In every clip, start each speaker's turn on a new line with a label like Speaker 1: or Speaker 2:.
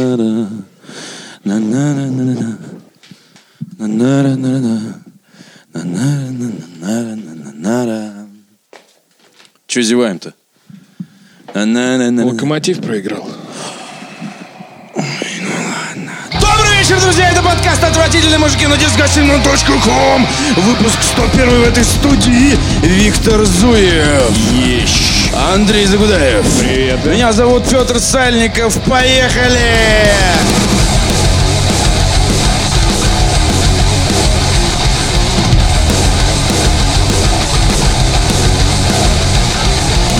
Speaker 1: На-на. На-на-на-на-на. На-на-на-на-на. На-на-на-на-на-на-на-на. Че зеваем-то? На-на-на-на-на.
Speaker 2: Локомотив проиграл.
Speaker 3: Добрый вечер, друзья! Это подкаст «Отвратительные мужики» на disgustingman.com. Выпуск 101 в этой студии. Виктор Зуев. Андрей Загудаев. Привет. Меня зовут Петр Сальников. Поехали!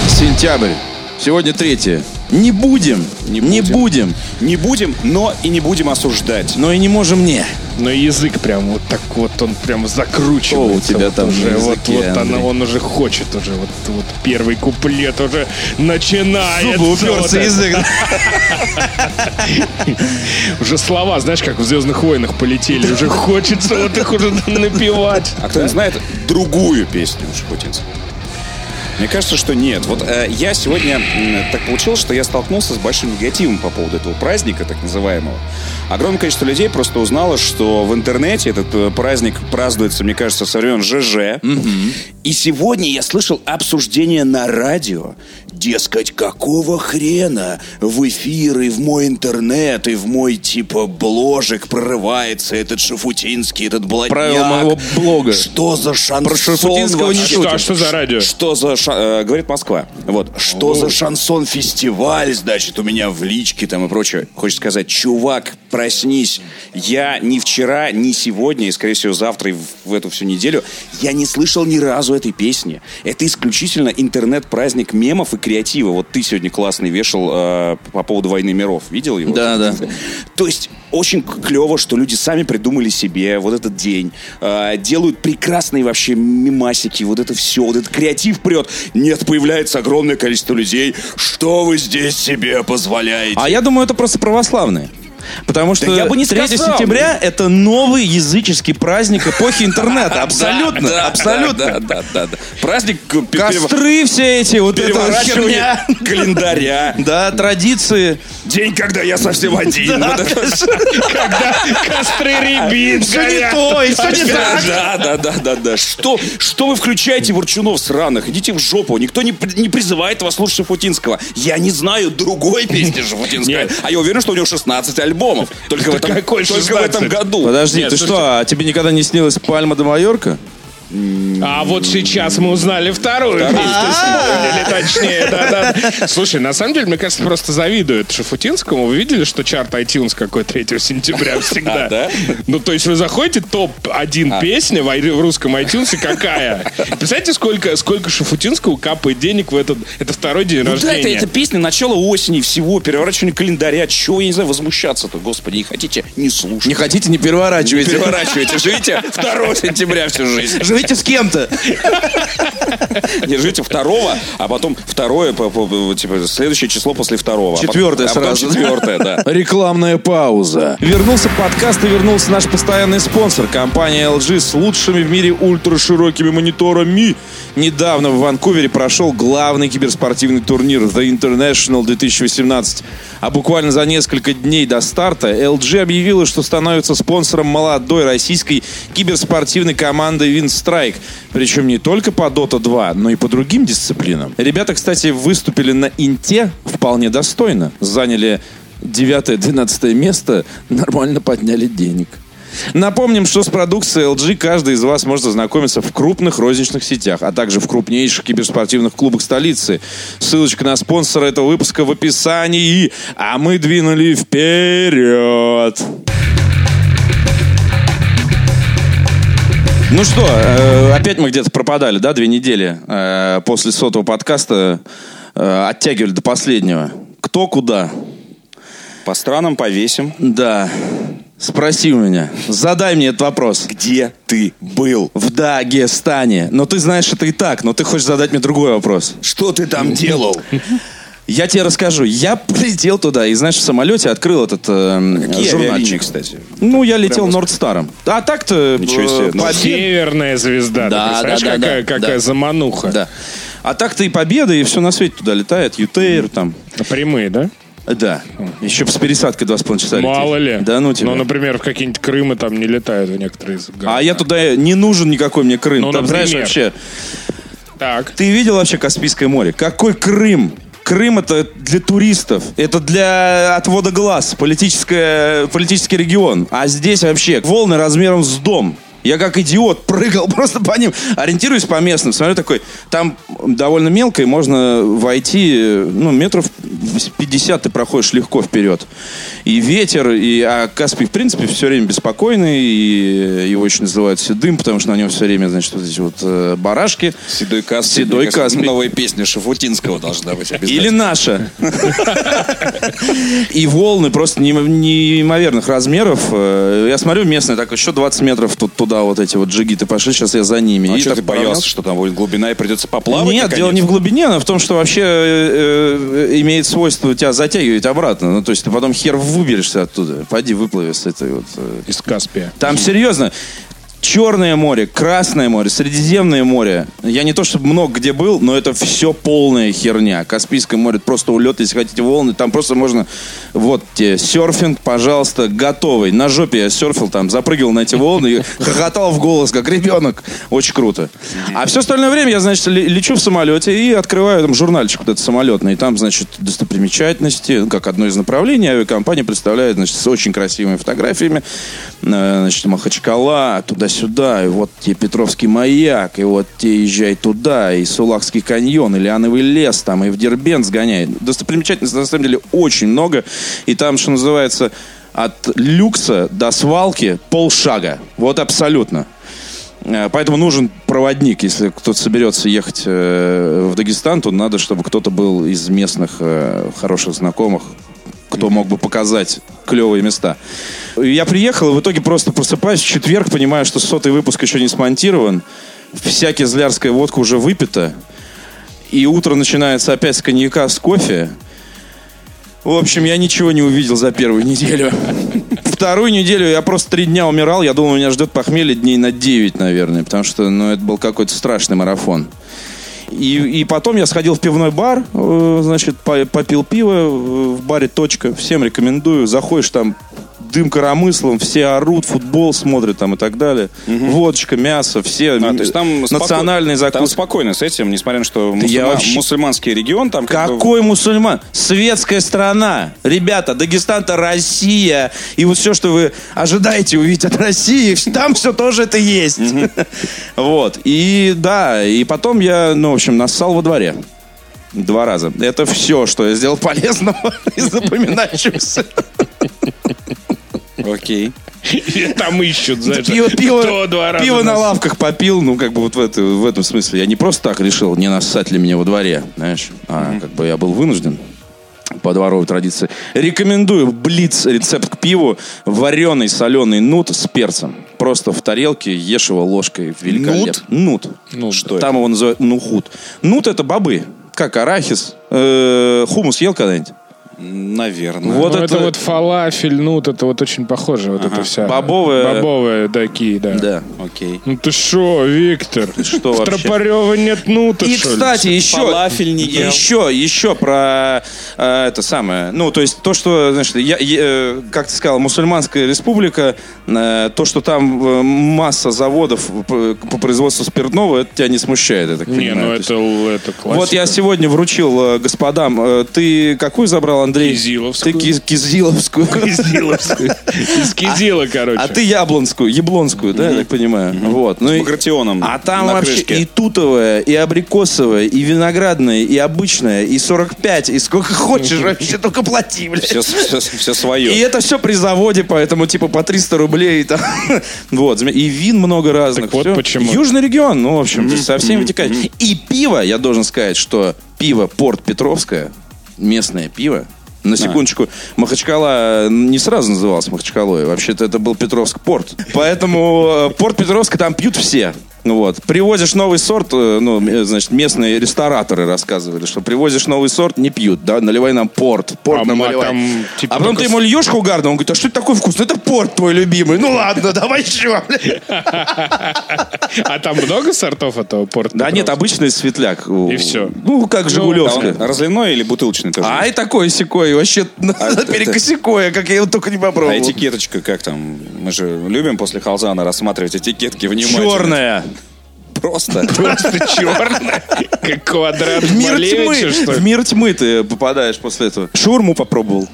Speaker 1: Сентябрь. Сегодня третье. Не будем, не будем,
Speaker 4: Не будем, но и не будем осуждать.
Speaker 1: но и не можем не.
Speaker 2: Но язык прям вот так вот, он прям закручивается.
Speaker 1: Что у тебя
Speaker 2: вот
Speaker 1: там на
Speaker 2: уже, вот,
Speaker 1: языке,
Speaker 2: вот она,
Speaker 1: Андрей?
Speaker 2: он уже хочет уже, вот, вот первый куплет уже начинается.
Speaker 1: Зубы уперся
Speaker 2: Вот
Speaker 1: язык.
Speaker 2: это. Уже слова, знаешь, как в «Звездных войнах» полетели. Уже хочется вот их уже напевать.
Speaker 4: А кто не знает, другую песню Шпутинцев. Мне кажется, что нет. Вот э, я сегодня м, так получилось, что я столкнулся с большим негативом по поводу этого праздника, так называемого. Огромное количество людей просто узнало, что в интернете этот э, праздник празднуется, мне кажется, со времен ЖЖ. И сегодня я слышал обсуждение на радио. Дескать, какого хрена в эфир и в мой интернет, и в мой типа бложик прорывается этот шафутинский, этот блатняк.
Speaker 1: Правила моего блога.
Speaker 4: Что за шансон?
Speaker 1: Про Шафутинского не
Speaker 4: вообще?
Speaker 2: шутим. А что за радио?
Speaker 4: Что за ша- э, говорит Москва? Вот что за шансон фестиваль, значит, у меня в личке там и прочее. Хочешь сказать, чувак, проснись. Я ни вчера, ни сегодня, и скорее всего завтра и в, в эту всю неделю я не слышал ни разу этой песни. Это исключительно интернет-праздник мемов и креатива. Вот ты сегодня классный вешал э, по поводу войны миров. Видел его?
Speaker 1: Да, да.
Speaker 4: То есть очень клево, что люди сами придумали себе вот этот день. Э, делают прекрасные вообще мимасики, вот это все, вот этот креатив прет. Нет, появляется огромное количество людей. Что вы здесь себе позволяете?
Speaker 1: А я думаю, это просто православные. Потому что
Speaker 4: я бы не
Speaker 1: 3
Speaker 4: сказал.
Speaker 1: сентября это новый языческий праздник эпохи интернета. Абсолютно,
Speaker 4: Да,
Speaker 1: абсолютно.
Speaker 4: да, да, да. Праздник э, к- пе-
Speaker 1: Костры все эти, вот
Speaker 4: пере-
Speaker 1: эта вот
Speaker 4: переворачивание
Speaker 1: херня.
Speaker 4: календаря.
Speaker 1: Да, традиции.
Speaker 4: День, когда я совсем один. Вот это всё.
Speaker 2: Костры рябин
Speaker 1: Все не
Speaker 2: горят.
Speaker 1: то, и всё не так.
Speaker 4: Да, да, да, да, да. Что, что вы включаете, Ворчунов, сраных? Идите в жопу. Никто не, при- не призывает вас слушать Шафутинского. Я не знаю другой песни Шафутинского.
Speaker 2: Нет.
Speaker 4: А я уверен, что у него 16 альбомов. Только в этом,
Speaker 2: какой
Speaker 4: только в этом
Speaker 2: 16?
Speaker 4: году.
Speaker 1: Подожди,
Speaker 2: Нет,
Speaker 1: ты
Speaker 2: слушайте.
Speaker 1: что, а тебе никогда не снилась Пальма до Майорка?
Speaker 2: А вот сейчас мы узнали вторую песню, вспомнили точнее. да, да. Слушай, на самом деле, мне кажется, просто завидуют Шафутинскому. Вы видели, что чарт iTunes какой 3 сентября
Speaker 4: А,
Speaker 2: всегда?
Speaker 4: да?
Speaker 2: Ну, то есть вы заходите, топ-1
Speaker 1: А.
Speaker 2: песня в ай- в русском iTunes и какая? Представляете, сколько, сколько Шафутинского капает денег в этот... Это второй день
Speaker 4: Ну да, это,
Speaker 2: рождения.
Speaker 4: это песня начала осени всего, переворачивание календаря. Чего, я не знаю, возмущаться-то, господи, не хотите, не слушайте.
Speaker 1: Не хотите, не переворачивайте.
Speaker 4: Переворачивайте, живите 2 сентября всю жизнь.
Speaker 1: Живите с кем-то.
Speaker 4: Не ждите второго, а потом второе, по- по- типа, следующее число после второго. а потом-
Speaker 1: Четвертое
Speaker 4: а потом
Speaker 1: сразу.
Speaker 4: Четвертое, да.
Speaker 1: Рекламная пауза. Вернулся подкаст и вернулся наш постоянный спонсор. Компания LG с лучшими в мире ультраширокими мониторами. Недавно в Ванкувере прошел главный киберспортивный турнир The International 2018. А буквально за несколько дней до старта LG объявила, что становится спонсором молодой российской киберспортивной команды Winstrike. Причем не только по Dota 2, но и по другим дисциплинам. Ребята, кстати, выступили на Инте вполне достойно. Заняли девятое-двенадцатое место нормально подняли денег. Напомним, что с продукцией LG каждый из вас может ознакомиться в крупных розничных сетях, а также в крупнейших киберспортивных клубах столицы. Ссылочка на спонсора этого выпуска в описании. А мы двинули вперед! Ну что, э, опять мы где-то пропадали, да, две недели э, после сотого подкаста э, оттягивали до последнего. Кто куда?
Speaker 4: По странам повесим.
Speaker 1: Да. Спроси у меня. Задай мне этот вопрос.
Speaker 4: Где ты был?
Speaker 1: В Дагестане. Но ты знаешь это и так, но ты хочешь задать мне другой вопрос.
Speaker 4: Что ты там делал?
Speaker 1: Я тебе расскажу. Я прилетел туда и, знаешь, в самолете открыл этот эм,
Speaker 4: Какие авиалинии,
Speaker 1: журнальчик.
Speaker 4: кстати?
Speaker 1: Ну, я летел Нордстаром. А так-то...
Speaker 4: Ничего
Speaker 1: э,
Speaker 4: себе. Ну,
Speaker 1: побед-
Speaker 2: Северная
Speaker 1: Да,
Speaker 2: звезда. Ты представляешь,
Speaker 1: да, да,
Speaker 2: какая,
Speaker 1: да,
Speaker 2: какая
Speaker 1: да.
Speaker 2: замануха?
Speaker 1: Да. А так-то и Победа, и все на свете туда летает. Ютейр там.
Speaker 2: Прямые, да?
Speaker 1: Да. Еще с пересадкой два с половиной часа
Speaker 2: Мало
Speaker 1: лететь.
Speaker 2: ли.
Speaker 1: Да ну тебя.
Speaker 2: Ну, например, в какие-нибудь Крымы там не летают в некоторые из гор.
Speaker 1: А я туда не нужен никакой мне Крым.
Speaker 2: Ну,
Speaker 1: Там, знаешь,
Speaker 2: например.
Speaker 1: вообще...
Speaker 2: Так.
Speaker 1: Ты видел вообще Каспийское море? Какой Крым? Крым это для туристов, это для отвода глаз, политическое, политический регион. А здесь вообще волны размером с дом. Я как идиот прыгал просто по ним, ориентируюсь по местным, смотрю такой, там довольно мелко, и можно войти, э, ну, метров 50 ты проходишь легко вперед. И ветер, и а Каспий, в принципе, все время беспокойный, и его еще называют седым, потому что на нем все время, значит, вот эти вот э, барашки.
Speaker 4: Седой Каспий.
Speaker 1: Седой
Speaker 4: Мне кажется,
Speaker 1: Каспий.
Speaker 4: Новая песня Шафутинского должна быть обязательно.
Speaker 1: Или наша. И волны просто неимо- неимоверных размеров. Э, Я смотрю, местные, так еще 20 метров тут туда вот эти вот джигиты пошли, сейчас я за ними.
Speaker 4: А
Speaker 1: И
Speaker 4: что
Speaker 1: так
Speaker 4: ты
Speaker 1: поравнялся.
Speaker 4: боялся, что там будет глубина и придется поплавать?
Speaker 1: Нет,
Speaker 4: наконец?
Speaker 1: дело не в глубине, но в том, что вообще э, э, имеет свойство тебя затягивать обратно. Ну, то есть ты потом хер выберешься оттуда. Пойди выплыви с этой вот... э.
Speaker 2: Из Каспия.
Speaker 1: Там серьезно. Черное море, Красное море, Средиземное море. Я не то чтобы много где был, но это все полная херня. Каспийское море это просто улет, если хотите волны. Там просто можно... Вот тебе серфинг, пожалуйста, готовый. На жопе я серфил там, запрыгивал на эти волны и хохотал в голос, как ребенок. Очень круто. А все остальное время я, значит, ле- лечу в самолете и открываю там журнальчик вот этот самолетный. И там, значит, достопримечательности, ну, как одно из направлений авиакомпания представляет, значит, с очень красивыми фотографиями. Э, Значит, Махачкала, туда-сюда, и вот тебе Петровский маяк, и вот тебе езжай туда, и Сулакский каньон, и Лиановый лес там, и в Дербент сгоняй. Достопримечательностей на самом деле очень много. И там, что называется, от люкса до свалки полшага. Вот абсолютно. Э, Поэтому нужен проводник. Если кто-то соберется ехать э, в Дагестан, то надо, чтобы кто-то был из местных э, хороших знакомых, кто мог бы показать клевые места. Я приехал, и в итоге просто просыпаюсь в четверг, понимаю, что сотый выпуск еще не смонтирован. Вся кизлярская водка уже выпита. И утро начинается опять с коньяка, с кофе. В общем, я ничего не увидел за первую неделю. Вторую неделю я просто три дня умирал. Я думал, меня ждет похмелье дней на 9, наверное. Потому что, ну, это был какой-то страшный марафон. И, и потом я сходил в пивной бар, э, значит, по- попил пиво э, в баре «Точка». Всем рекомендую. Заходишь там дым коромыслом, все орут, футбол смотрят там и так далее. Водочка, мясо, все
Speaker 4: А, то есть там споко-
Speaker 1: национальные
Speaker 4: Там
Speaker 1: закуски.
Speaker 4: спокойно с этим, несмотря на что
Speaker 1: я
Speaker 4: мусульма-
Speaker 1: вообще-
Speaker 4: мусульманский регион, там как бы-
Speaker 1: Какой мусульман? Светская страна. Ребята, Дагестан-то Россия. И вот все, что вы ожидаете увидеть от России, там все тоже это есть. Вот. И да, и потом я, ну, в общем, нассал во дворе. Два раза. Это все, что я сделал полезного и запоминающегося.
Speaker 4: Окей.
Speaker 2: И Там ищут, знаешь.
Speaker 1: Пиво, пиво,
Speaker 2: кто два раза
Speaker 1: пиво на
Speaker 2: нас-
Speaker 1: лавках попил, ну, как бы вот в, это- в этом смысле. Я не просто так решил, не нассать ли мне во дворе, знаешь, а как бы я был вынужден по дворовой традиции. Рекомендую блиц рецепт к пиву. Вареный соленый нут с перцем. Просто в тарелке ешь его ложкой. Великолепно. Нут?
Speaker 2: Ну, что
Speaker 1: Там его называют нухут. Нут это бобы. Как арахис. Э, хумус ел когда-нибудь?
Speaker 4: Наверное.
Speaker 1: Вот
Speaker 2: Ну, это...
Speaker 1: это-
Speaker 2: вот фалафель, нут, это вот очень похоже, вот это вся.
Speaker 1: Бобовая-
Speaker 2: Бобовые такие, да.
Speaker 1: Да.
Speaker 4: Окей.
Speaker 2: Ну ты шо, Виктор?
Speaker 1: Что
Speaker 2: в
Speaker 1: вообще?
Speaker 2: Тропарева нет нута,
Speaker 1: И,
Speaker 2: что ли?
Speaker 1: кстати, еще...
Speaker 4: Фалафель не ел.
Speaker 1: Еще, еще про э, это самое. Ну, то есть то, что, значит, я, я, э, как ты сказал, мусульманская республика, э, то, что там э, масса заводов по, по производству спиртного, это тебя не смущает, я так
Speaker 2: Не,
Speaker 1: понимаю.
Speaker 2: ну
Speaker 1: То есть-
Speaker 2: это, это классика.
Speaker 1: Вот я сегодня вручил э, господам. э, Ты какую забрал, Андрей?
Speaker 2: Кизиловскую.
Speaker 1: Ты киз- Кизиловскую.
Speaker 2: Кизиловскую. Из Кизила, короче.
Speaker 1: А ты Яблонскую, Яблонскую, да, я так понимаю? Вот. Ну и-
Speaker 4: Багратионом
Speaker 1: а там
Speaker 4: на
Speaker 1: вообще
Speaker 4: крышке.
Speaker 1: и тутовая, и абрикосовая, и виноградная, и обычная, и 45, и сколько хочешь, вообще только плати, блядь.
Speaker 4: Все, все, все свое.
Speaker 1: И это все при заводе, поэтому типа по 300 рублей. Там. Вот, заме- и вин много разных.
Speaker 2: Так вот
Speaker 1: всё.
Speaker 2: почему.
Speaker 1: Южный регион, ну, в общем, то есть со всеми вытекает. И пиво, я должен сказать, что пиво Порт Петровское, местное пиво,
Speaker 2: А.
Speaker 1: на секундочку, Махачкала не сразу называлась Махачкалой. Вообще-то это был Петровск порт. Поэтому э, порт Петровска э, там пьют все. Ну Вот. Привозишь новый сорт, э, ну, м- значит, местные рестораторы рассказывали, что привозишь новый сорт, не пьют, да, наливай нам порт, порт
Speaker 2: А
Speaker 1: нам
Speaker 2: ма-
Speaker 1: наливай.
Speaker 2: там, типа,
Speaker 1: а потом
Speaker 2: только
Speaker 1: ты ему льешь хугарно, он говорит, а что это такой вкусный? Это порт твой любимый. Ну ладно, давай еще.
Speaker 2: А там много сортов этого порта?
Speaker 1: Да нет, обычный светляк.
Speaker 2: И всё.
Speaker 1: Ну, как Жигулевская.
Speaker 4: А он разливной или бутылочный тоже? А
Speaker 1: Ай, такое секое, вообще
Speaker 4: это-
Speaker 1: перекосякое, как я его только не
Speaker 4: А
Speaker 1: попробовал.
Speaker 4: этикеточка как там? Мы же любим после халзана рассматривать этикетки внимательно.
Speaker 1: Черная.
Speaker 4: Просто.
Speaker 2: Просто черное. Как квадрат
Speaker 1: В мир
Speaker 2: Малевича,
Speaker 1: тьмы.
Speaker 2: что
Speaker 1: В
Speaker 2: ли?
Speaker 1: мир тьмы ты попадаешь после этого. Шурму попробовал.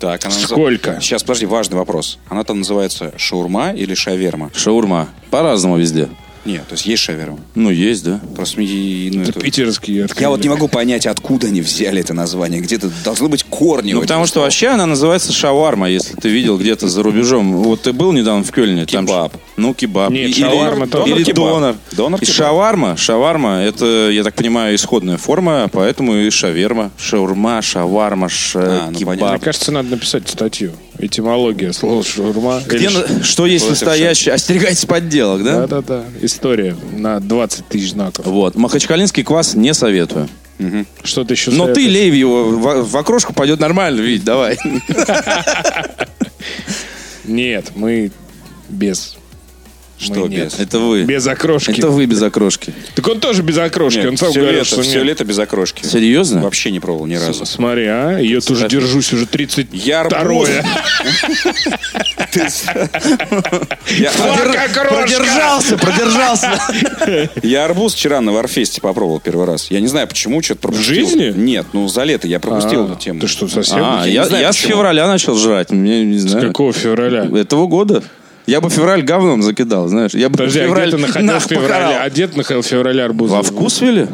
Speaker 4: Так, она
Speaker 2: Сколько?
Speaker 4: Сейчас, подожди, важный вопрос. Она там называется шаурма или шаверма?
Speaker 1: Шаурма. По-разному везде.
Speaker 4: Нет, то есть есть шаверма.
Speaker 1: Ну, есть, да.
Speaker 4: Просто мне, ну, это-
Speaker 2: Питерские
Speaker 4: Я вот не
Speaker 2: открыли.
Speaker 4: могу понять, откуда они взяли это название. Где-то должны быть корни.
Speaker 1: Ну, потому что вообще она называется шаварма, если ты видел где-то за рубежом. Вот ты был недавно в Кёльне. Там
Speaker 4: Кебаб.
Speaker 1: ш- ну, кебаб.
Speaker 2: Нет,
Speaker 1: И-
Speaker 2: шаурма
Speaker 1: или,
Speaker 2: тоже.
Speaker 1: или
Speaker 4: Донор-кебаб.
Speaker 1: донор.
Speaker 4: Донор-кебаб.
Speaker 1: И шаварма. Шаварма, это, я так понимаю, исходная форма, поэтому и шаверма. Шаурма, шаварма, ша-
Speaker 4: А, ну,
Speaker 1: кебаб.
Speaker 4: понятно.
Speaker 2: Мне кажется, надо написать статью. Этимология слова шаурма.
Speaker 1: Где
Speaker 2: Или
Speaker 1: на- что есть
Speaker 4: Против
Speaker 1: настоящее? Остерегайтесь подделок, да?
Speaker 2: Да-да-да. История на 20 тысяч знаков.
Speaker 1: Вот. Махачкалинский квас не советую.
Speaker 2: Что ты еще
Speaker 1: Но ты,
Speaker 2: советуешь?
Speaker 1: Леви, его в, в окрошку пойдет нормально, видеть, давай.
Speaker 2: Нет, мы без.
Speaker 4: Что
Speaker 2: Мы нет.
Speaker 4: без?
Speaker 1: Это вы.
Speaker 2: Без окрошки.
Speaker 1: Это вы без окрошки.
Speaker 2: Так он тоже без окрошки. он сам
Speaker 4: все,
Speaker 2: говорил,
Speaker 4: лето,
Speaker 2: что
Speaker 4: все
Speaker 2: нет.
Speaker 4: лето без окрошки.
Speaker 1: Серьезно?
Speaker 4: Вообще не пробовал ни разу.
Speaker 2: Смотри, а? Я тоже держусь уже 30
Speaker 4: Я
Speaker 2: Второе.
Speaker 4: Я,
Speaker 2: Фак, окрошка!
Speaker 1: Продержался, продержался.
Speaker 4: я арбуз вчера на Варфесте попробовал первый раз. Я не знаю, почему, что-то пропустил.
Speaker 2: жизни?
Speaker 4: Нет, ну за лето я пропустил эту тему.
Speaker 2: Ты что, совсем?
Speaker 1: А,
Speaker 4: не
Speaker 1: я,
Speaker 4: знаю,
Speaker 1: я с
Speaker 4: почему.
Speaker 1: февраля начал жрать. Мне не
Speaker 2: С
Speaker 1: знаю.
Speaker 2: какого февраля?
Speaker 1: Этого года. Я бы февраль говном закидал, знаешь. Я бы
Speaker 2: Подожди, а
Speaker 1: февраль
Speaker 2: где ты находил
Speaker 1: нах
Speaker 2: в феврале?
Speaker 1: покарал.
Speaker 2: А где ты находил в феврале арбузы?
Speaker 1: Во Вкусвилле?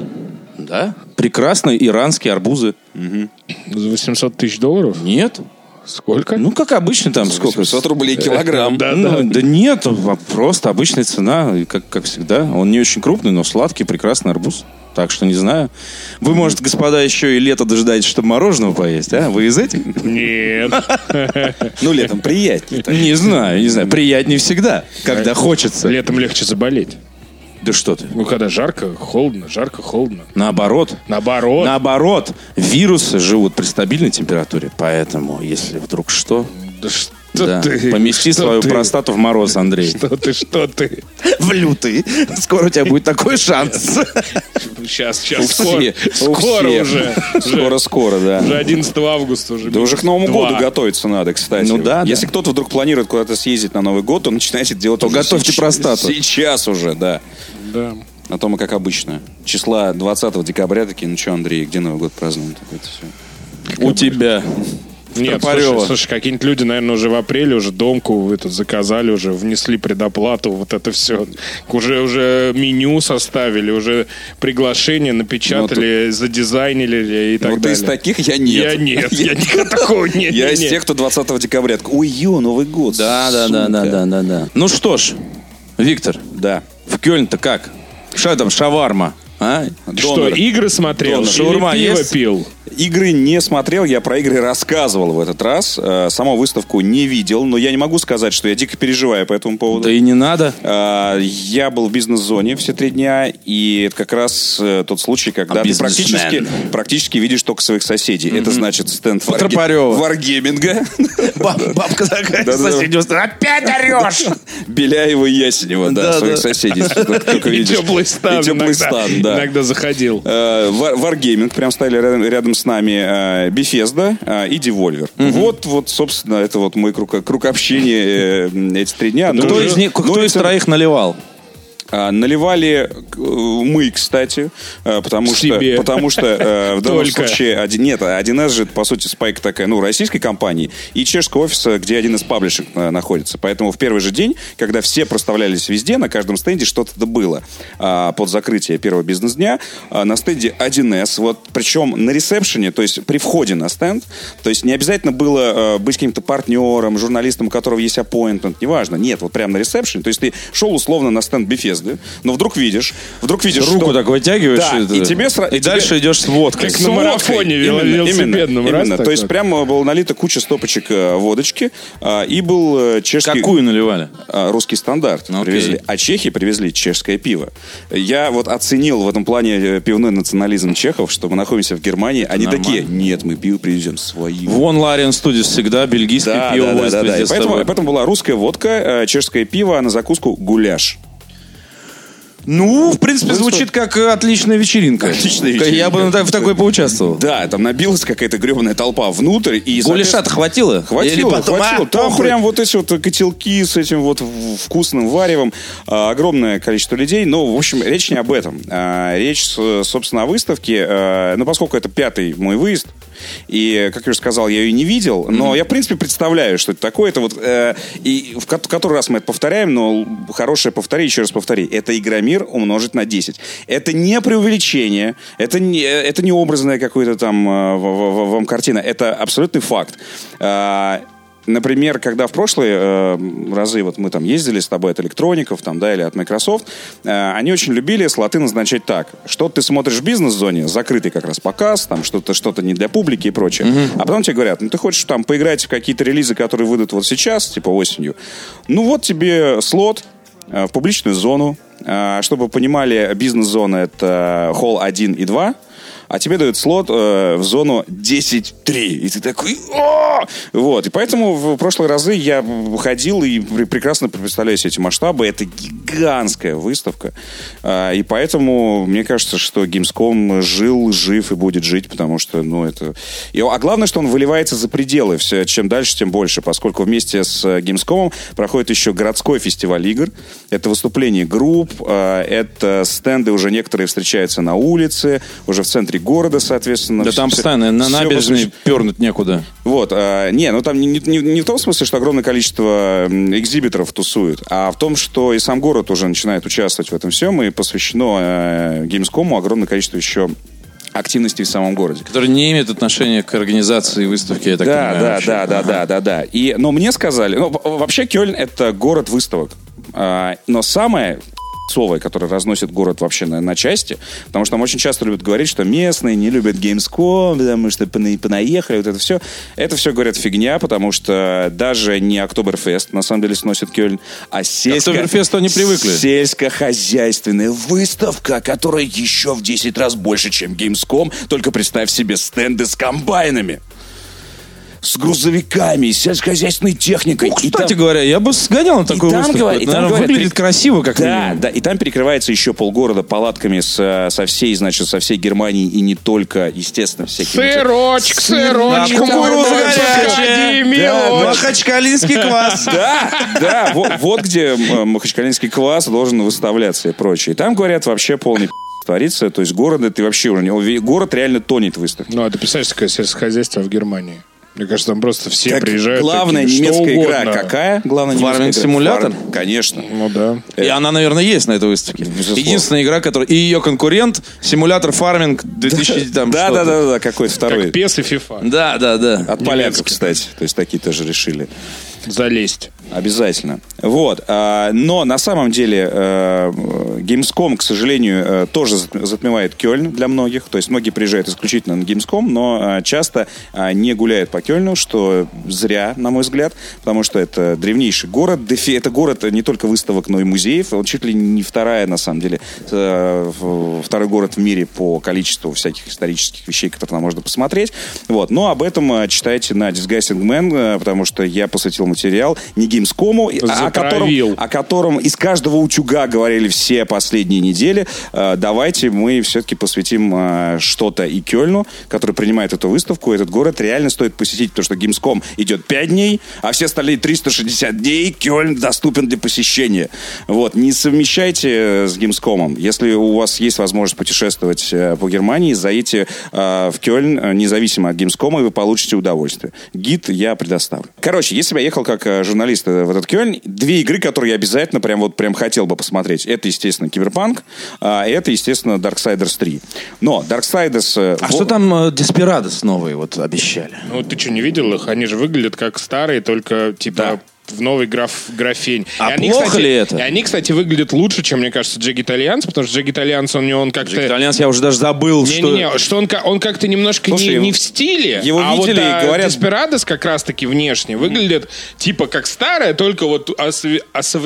Speaker 1: Да. Прекрасные иранские арбузы.
Speaker 2: За 800 тысяч долларов?
Speaker 1: Нет.
Speaker 2: Сколько?
Speaker 1: Ну, как обычно там, сколько?
Speaker 4: 500 рублей килограмм.
Speaker 2: Да,
Speaker 1: Ну,
Speaker 2: да.
Speaker 1: да нет, а просто обычная цена, и как, как всегда. Он не очень крупный, но сладкий, прекрасный арбуз. Так что не знаю. Вы, может, господа, еще и лето дожидаетесь, чтобы мороженого поесть, а? Вы из этих?
Speaker 2: Нет.
Speaker 4: Ну, летом приятнее.
Speaker 1: Не знаю, не знаю. Приятнее всегда, когда хочется.
Speaker 2: Летом легче заболеть.
Speaker 1: Да что ты?
Speaker 2: Ну, когда жарко, холодно, жарко, холодно.
Speaker 1: Наоборот.
Speaker 2: Наоборот.
Speaker 1: Наоборот, вирусы живут при стабильной температуре, поэтому, если вдруг что,
Speaker 2: Да что
Speaker 1: да,
Speaker 2: ты?
Speaker 1: помести
Speaker 2: что
Speaker 1: свою
Speaker 2: ты?
Speaker 1: простату в мороз, Андрей.
Speaker 2: Что ты, что ты?
Speaker 1: В лютый. Скоро у тебя будет такой шанс.
Speaker 2: Сейчас, сейчас, скоро.
Speaker 4: Все, у
Speaker 2: Скоро
Speaker 4: всех.
Speaker 2: уже. Уже-
Speaker 4: Скоро-скоро, да.
Speaker 2: Уже 11 августа уже.
Speaker 4: Да уже к Новому
Speaker 2: Два.
Speaker 4: году готовиться надо, кстати.
Speaker 1: Ну да,
Speaker 4: Если кто-то вдруг планирует куда-то съездить на Новый год, то начинайте делать то
Speaker 1: готовьте простату.
Speaker 4: Сейчас уже, да.
Speaker 2: Да.
Speaker 4: На том и как обычно. Числа 20 декабря такие, ну что, Андрей, где Новый год празднуем? Так это всё.
Speaker 1: У тебя.
Speaker 2: Нет,
Speaker 1: Тропарева.
Speaker 2: слушай, слушай, какие-нибудь люди, наверное, уже в апреле уже домку эту заказали, уже внесли предоплату, вот это все. Уже, уже меню составили, уже приглашение напечатали, задизайнили и так
Speaker 4: Вот Ну, ты
Speaker 2: далее.
Speaker 4: из таких я
Speaker 2: Я
Speaker 4: нет.
Speaker 2: нет, я никогда такого нет.
Speaker 4: Я
Speaker 2: не,
Speaker 4: из
Speaker 2: не.
Speaker 4: тех, кто 20 декабря. такой, Ой, ё, Новый год.
Speaker 1: Да, да, да, да, да, да, да. Ну что ж, Виктор,
Speaker 4: Да.
Speaker 1: в Кёльн-то как? Что там, шаварма? А?
Speaker 2: Что,
Speaker 4: Донор.
Speaker 2: игры смотрел,
Speaker 1: Донор.
Speaker 2: или
Speaker 1: Шаурма
Speaker 2: пиво
Speaker 1: есть?
Speaker 2: пил?
Speaker 4: Игры не смотрел, я про игры рассказывал в этот раз. Э, Саму выставку не видел, но я не могу сказать, что я дико переживаю по этому поводу.
Speaker 1: Да и не надо.
Speaker 4: А, Я был в бизнес-зоне все три дня, и это как раз э, тот случай, когда
Speaker 1: А
Speaker 4: ты
Speaker 1: бизнесмен?
Speaker 4: практически, практически видишь только своих соседей. Это значит стенд варге-
Speaker 1: Тропарева.
Speaker 4: варгейминга,
Speaker 1: бабка такая
Speaker 4: Да-да-да. соседнего
Speaker 1: Опять орешь!
Speaker 4: Беляева и Ясенева, да,
Speaker 1: Да-да.
Speaker 4: своих соседей. Только- только
Speaker 2: И
Speaker 4: видишь.
Speaker 2: теплый стан.
Speaker 4: И теплый
Speaker 2: иногда-
Speaker 4: стан, да.
Speaker 2: Иногда заходил.
Speaker 4: Э, Вар- Wargaming прям стояли рядом, рядом с нами Бефезда и Devolver. Вот, вот, собственно, это вот мой круг, круг общения э, м, эти три дня. Ну,
Speaker 1: Кто
Speaker 4: уже-
Speaker 1: из них,
Speaker 4: ну,
Speaker 1: кто из
Speaker 4: это-
Speaker 1: троих наливал?
Speaker 4: А, Наливали э, мы, кстати, э, потому
Speaker 2: Себе.
Speaker 4: что, потому что э, в данном
Speaker 2: Только.
Speaker 4: случае один, нет, 1С же, по сути, спайк такая, ну, российской компании и чешского офиса, где один из паблишек э, находится. Поэтому в первый же день, когда все проставлялись везде, на каждом стенде что-то было. А, Под закрытие первого бизнес-дня а, на стенде 1С, вот, причем на ресепшене, то есть при входе на стенд, то есть не обязательно было э, быть каким-то партнером, журналистом, у которого есть appointment, неважно. Нет, вот прямо на ресепшене, то есть ты шел условно на стенд Bethesda, поезда, но вдруг видишь, вдруг видишь,
Speaker 1: Руку
Speaker 4: что-
Speaker 1: так вытягиваешь.
Speaker 4: Да,
Speaker 1: это-
Speaker 4: и тебе сра-
Speaker 1: и
Speaker 4: и тебе-
Speaker 1: дальше идешь с водкой.
Speaker 2: Как
Speaker 4: с
Speaker 2: на
Speaker 4: водкой.
Speaker 2: марафоне
Speaker 4: Именно,
Speaker 2: велосипедном,
Speaker 4: именно,
Speaker 2: раз
Speaker 4: именно.
Speaker 2: так
Speaker 4: То есть
Speaker 2: вот.
Speaker 4: прямо была налита куча стопочек э, водочки, а, и был э, чешский...
Speaker 1: Какую наливали?
Speaker 4: а, русский стандарт
Speaker 1: Ну, окей.
Speaker 4: привезли, а чехи привезли чешское пиво. Я вот оценил в этом плане э, пивной национализм чехов, что мы находимся в Германии, они
Speaker 1: нормально.
Speaker 4: такие, нет, мы пиво привезем свое.
Speaker 1: Вон Лариан Студис всегда, бельгийское
Speaker 4: Да,
Speaker 1: пиво
Speaker 4: да, да,
Speaker 1: возят
Speaker 4: да, да.
Speaker 1: везде
Speaker 4: И
Speaker 1: с
Speaker 4: Поэтому,
Speaker 1: собой.
Speaker 4: поэтому была русская водка, э, чешское пиво, а на закуску гуляш.
Speaker 1: Ну, в принципе, звучит как э, отличная вечеринка.
Speaker 4: Отличная
Speaker 1: Я
Speaker 4: вечеринка.
Speaker 1: бы на та- в такой поучаствовал.
Speaker 4: Да, там набилась какая-то гребаная толпа внутрь. И,
Speaker 1: Гулеша-то хватило? Или
Speaker 4: Хватило,
Speaker 1: потом,
Speaker 4: хватило.
Speaker 1: а,
Speaker 4: Там
Speaker 1: похуй.
Speaker 4: прям вот эти вот котелки с этим вот в- вкусным варевом. А, огромное количество людей. Но, в общем, речь не об этом. А, речь, с- собственно, о выставке. А, ну, поскольку это пятый мой выезд, и, как я уже сказал, я ее не видел, но я, в принципе, представляю, что это такое. Это вот... э, и в кот- который раз мы это повторяем, но л- хорошее повтори, еще раз повтори. Это Игромир умножить на 10. Это не преувеличение, это не, это не образная какая-то там э, в- в- в- вам картина. Это абсолютный факт. А, Например, когда в прошлые э, разы вот мы там ездили с тобой от электроников, там, да, или от Microsoft, э, они очень любили с латына назначать так, что ты смотришь в бизнес-зоне, закрытый как раз показ, там что-то что-то не для публики и прочее. А потом тебе говорят, ну ты хочешь там поиграть в какие-то релизы, которые выйдут вот сейчас, типа осенью. Ну вот тебе слот э, в публичную зону. Э, чтобы вы понимали, бизнес-зона это холл 1 и 2. А тебе дают слот э, в зону 10-3. И ты такой... «О!» Вот. И поэтому в прошлые разы я ходил и пр- прекрасно представляю себе эти масштабы. Это гигантская выставка. А, и поэтому мне кажется, что Gamescom жил, жив и будет жить, потому что, ну, это... И, а главное, что он выливается за пределы. Все, чем дальше, тем больше. Поскольку вместе с э, Gamescom проходит еще городской фестиваль игр. Это выступление групп, э, это стенды уже некоторые встречаются на улице, уже в центре города, соответственно.
Speaker 1: Да
Speaker 4: Всё-
Speaker 1: там
Speaker 4: всё-
Speaker 1: постоянно на
Speaker 4: всё
Speaker 1: набережной
Speaker 4: посвящ-
Speaker 1: пернуть некуда.
Speaker 4: Вот, а, не, ну там не, не- не в том смысле, что огромное количество м, экзибиторов тусуют, а в том, что и сам город уже начинает участвовать в этом всем, и посвящено э, Gamescom огромное количество еще активностей в самом городе.
Speaker 1: Который не имеет отношения к организации выставки, я так
Speaker 4: Да,
Speaker 1: понимаю,
Speaker 4: да,
Speaker 1: вообще.
Speaker 4: да, да,
Speaker 1: Ага.
Speaker 4: да, да, да. И, но мне сказали, ну, в- вообще Кёльн это город выставок, А, но самое совое, которое разносит город вообще на, на части, потому что там очень часто любят говорить, что местные не любят Gamescom, потому что пона- понаехали, вот это все. Это все, говорят, фигня, потому что даже не Октоберфест, на самом деле, сносит Кёльн, а сельско...
Speaker 1: Октоберфесту они привыкли.
Speaker 4: Сельскохозяйственная выставка, которая еще в 10 раз больше, чем Gamescom, только представь себе стенды с комбайнами с грузовиками, с сельскохозяйственной техникой.
Speaker 1: Ну,
Speaker 4: И
Speaker 1: кстати
Speaker 4: там-
Speaker 1: говоря, я бы сгонял на
Speaker 4: и
Speaker 1: такую
Speaker 4: там
Speaker 1: выставку.
Speaker 4: говор- и
Speaker 1: Это,
Speaker 4: там
Speaker 1: наверное,
Speaker 4: говорят,
Speaker 1: выглядит
Speaker 4: ты-
Speaker 1: красиво, как
Speaker 4: да,
Speaker 1: минимум.
Speaker 4: да, и там перекрывается еще полгорода палатками с, э, со всей, значит, со всей Германии и не только, естественно, всякими.
Speaker 2: Сырочек, сырочек.
Speaker 1: Да, кукуруза
Speaker 2: давай,
Speaker 1: горячая.
Speaker 2: погоди,
Speaker 4: Да,
Speaker 1: Ну,
Speaker 2: милочка.
Speaker 1: а- Махачкалинский квас.
Speaker 4: Да, да, вот, вот где э, махачкалинский квас должен выставляться и прочее. И там, говорят, вообще полный пи*** творится, то есть город ты вообще уже не- город реально тонет в выставке.
Speaker 2: Ну, а ты представляешь, такое сельскохозяйство в Германии? Мне кажется, там просто все
Speaker 4: Как
Speaker 2: приезжают.
Speaker 4: главная
Speaker 2: такие, что
Speaker 4: немецкая игра а-
Speaker 2: угодно.
Speaker 4: какая? Главная
Speaker 1: Farming
Speaker 4: немецкая игра?
Speaker 1: Simulator?
Speaker 4: Farm- конечно.
Speaker 2: Ну да.
Speaker 1: И она, наверное, есть на этой выставке.
Speaker 4: Э. Безусловно.
Speaker 1: Единственная игра, которая... И ее конкурент, симулятор фарминг 2000 там
Speaker 4: Да, да, А
Speaker 1: что-то.
Speaker 4: да, да, какой-то второй.
Speaker 2: Как пес и фифа.
Speaker 1: Да, да, да.
Speaker 4: От поляков, кстати. То есть такие тоже решили.
Speaker 2: Залезть.
Speaker 4: Обязательно. Вот. а, но на самом деле э, Gamescom, к сожалению, э, тоже зат- затмевает Кёльн для многих. То есть многие приезжают исключительно на Gamescom, но э, часто э, не гуляют по Кёльну, что зря, на мой взгляд, потому что это древнейший город. Дефи- Это город э, не только выставок, но и музеев. Он чуть ли не вторая, на самом деле, э, в- второй город в мире по количеству всяких исторических вещей, которые там можно посмотреть. Вот. Но об этом э, читайте на Disgusting Man, э, потому что я посвятил материал не Gamescom, и- а- о
Speaker 2: Затравил.
Speaker 4: котором, о котором из каждого утюга говорили все последние недели. Э, Давайте мы все-таки посвятим э, что-то и Кёльну, который принимает эту выставку. Этот город реально стоит посетить, потому что Gamescom идет 5 дней, а все остальные 360 дней Кёльн доступен для посещения. Вот. Не совмещайте э, с Gamescom. Если у вас есть возможность путешествовать э, по Германии, заедьте э, в Кёльн, э, независимо от Gamescom, и вы получите удовольствие. Гид я предоставлю. Короче, если бы я ехал как э, журналист э, в этот Кёльн, две игры, которые я обязательно прям вот прям хотел бы посмотреть. Это, естественно, Киберпанк, а это, естественно, Darksiders 3. Но Darksiders... э,
Speaker 1: А
Speaker 4: во-
Speaker 1: что там Деспирадос новые вот обещали?
Speaker 2: Ну, ты что, не видел их? Они же выглядят как старые, только, типа,
Speaker 4: Да.
Speaker 2: в новый граф, графень.
Speaker 1: А
Speaker 2: И они,
Speaker 1: плохо
Speaker 2: кстати-
Speaker 1: ли это?
Speaker 2: И они, кстати, выглядят лучше, чем, мне кажется, Джек Итальянс, потому что Джек Итальянс, он, не- он как-то...
Speaker 1: Итальянец, я уже даже забыл, что...
Speaker 2: Не-не-не, что он, ка- он как-то немножко не-
Speaker 4: Слушай,
Speaker 2: не, в стиле.
Speaker 4: его
Speaker 2: а
Speaker 4: видели и
Speaker 2: вот,
Speaker 4: говорят-
Speaker 2: Деспирадос как раз-таки внешне выглядит типа как старая, только вот осов-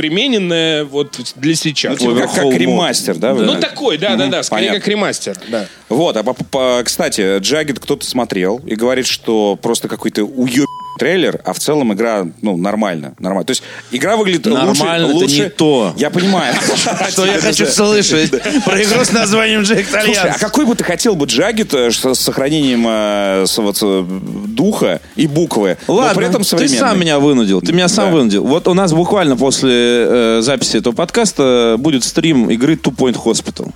Speaker 2: осовремененная вот для
Speaker 4: Ну,
Speaker 2: сейчас.
Speaker 4: типа, как, как
Speaker 1: Overhaul
Speaker 4: ремастер, да?
Speaker 2: Ну,
Speaker 4: да.
Speaker 2: такой, да-да-да, скорее
Speaker 4: понятно.
Speaker 2: как ремастер. Да.
Speaker 4: Вот, а по- по- кстати, Джаггет кто-то смотрел и говорит, что просто какой-то уеб трейлер, а в целом игра, ну, нормально, нормально. То есть игра выглядит лучше.
Speaker 1: Нормально это
Speaker 4: лучше-
Speaker 1: не то.
Speaker 4: Я понимаю.
Speaker 1: Что я хочу слышать про игру с названием Джек
Speaker 4: Слушай, а
Speaker 1: Итальянс.
Speaker 4: какой бы ты хотел бы Джаггет э, с с сохранением э, с- вот, э, духа и буквы, но при этом
Speaker 1: ты
Speaker 4: современный?
Speaker 1: сам меня вынудил. Ты меня сам
Speaker 4: Да.
Speaker 1: вынудил. Вот у нас буквально после э, записи этого подкаста будет стрим игры Two Point Hospital.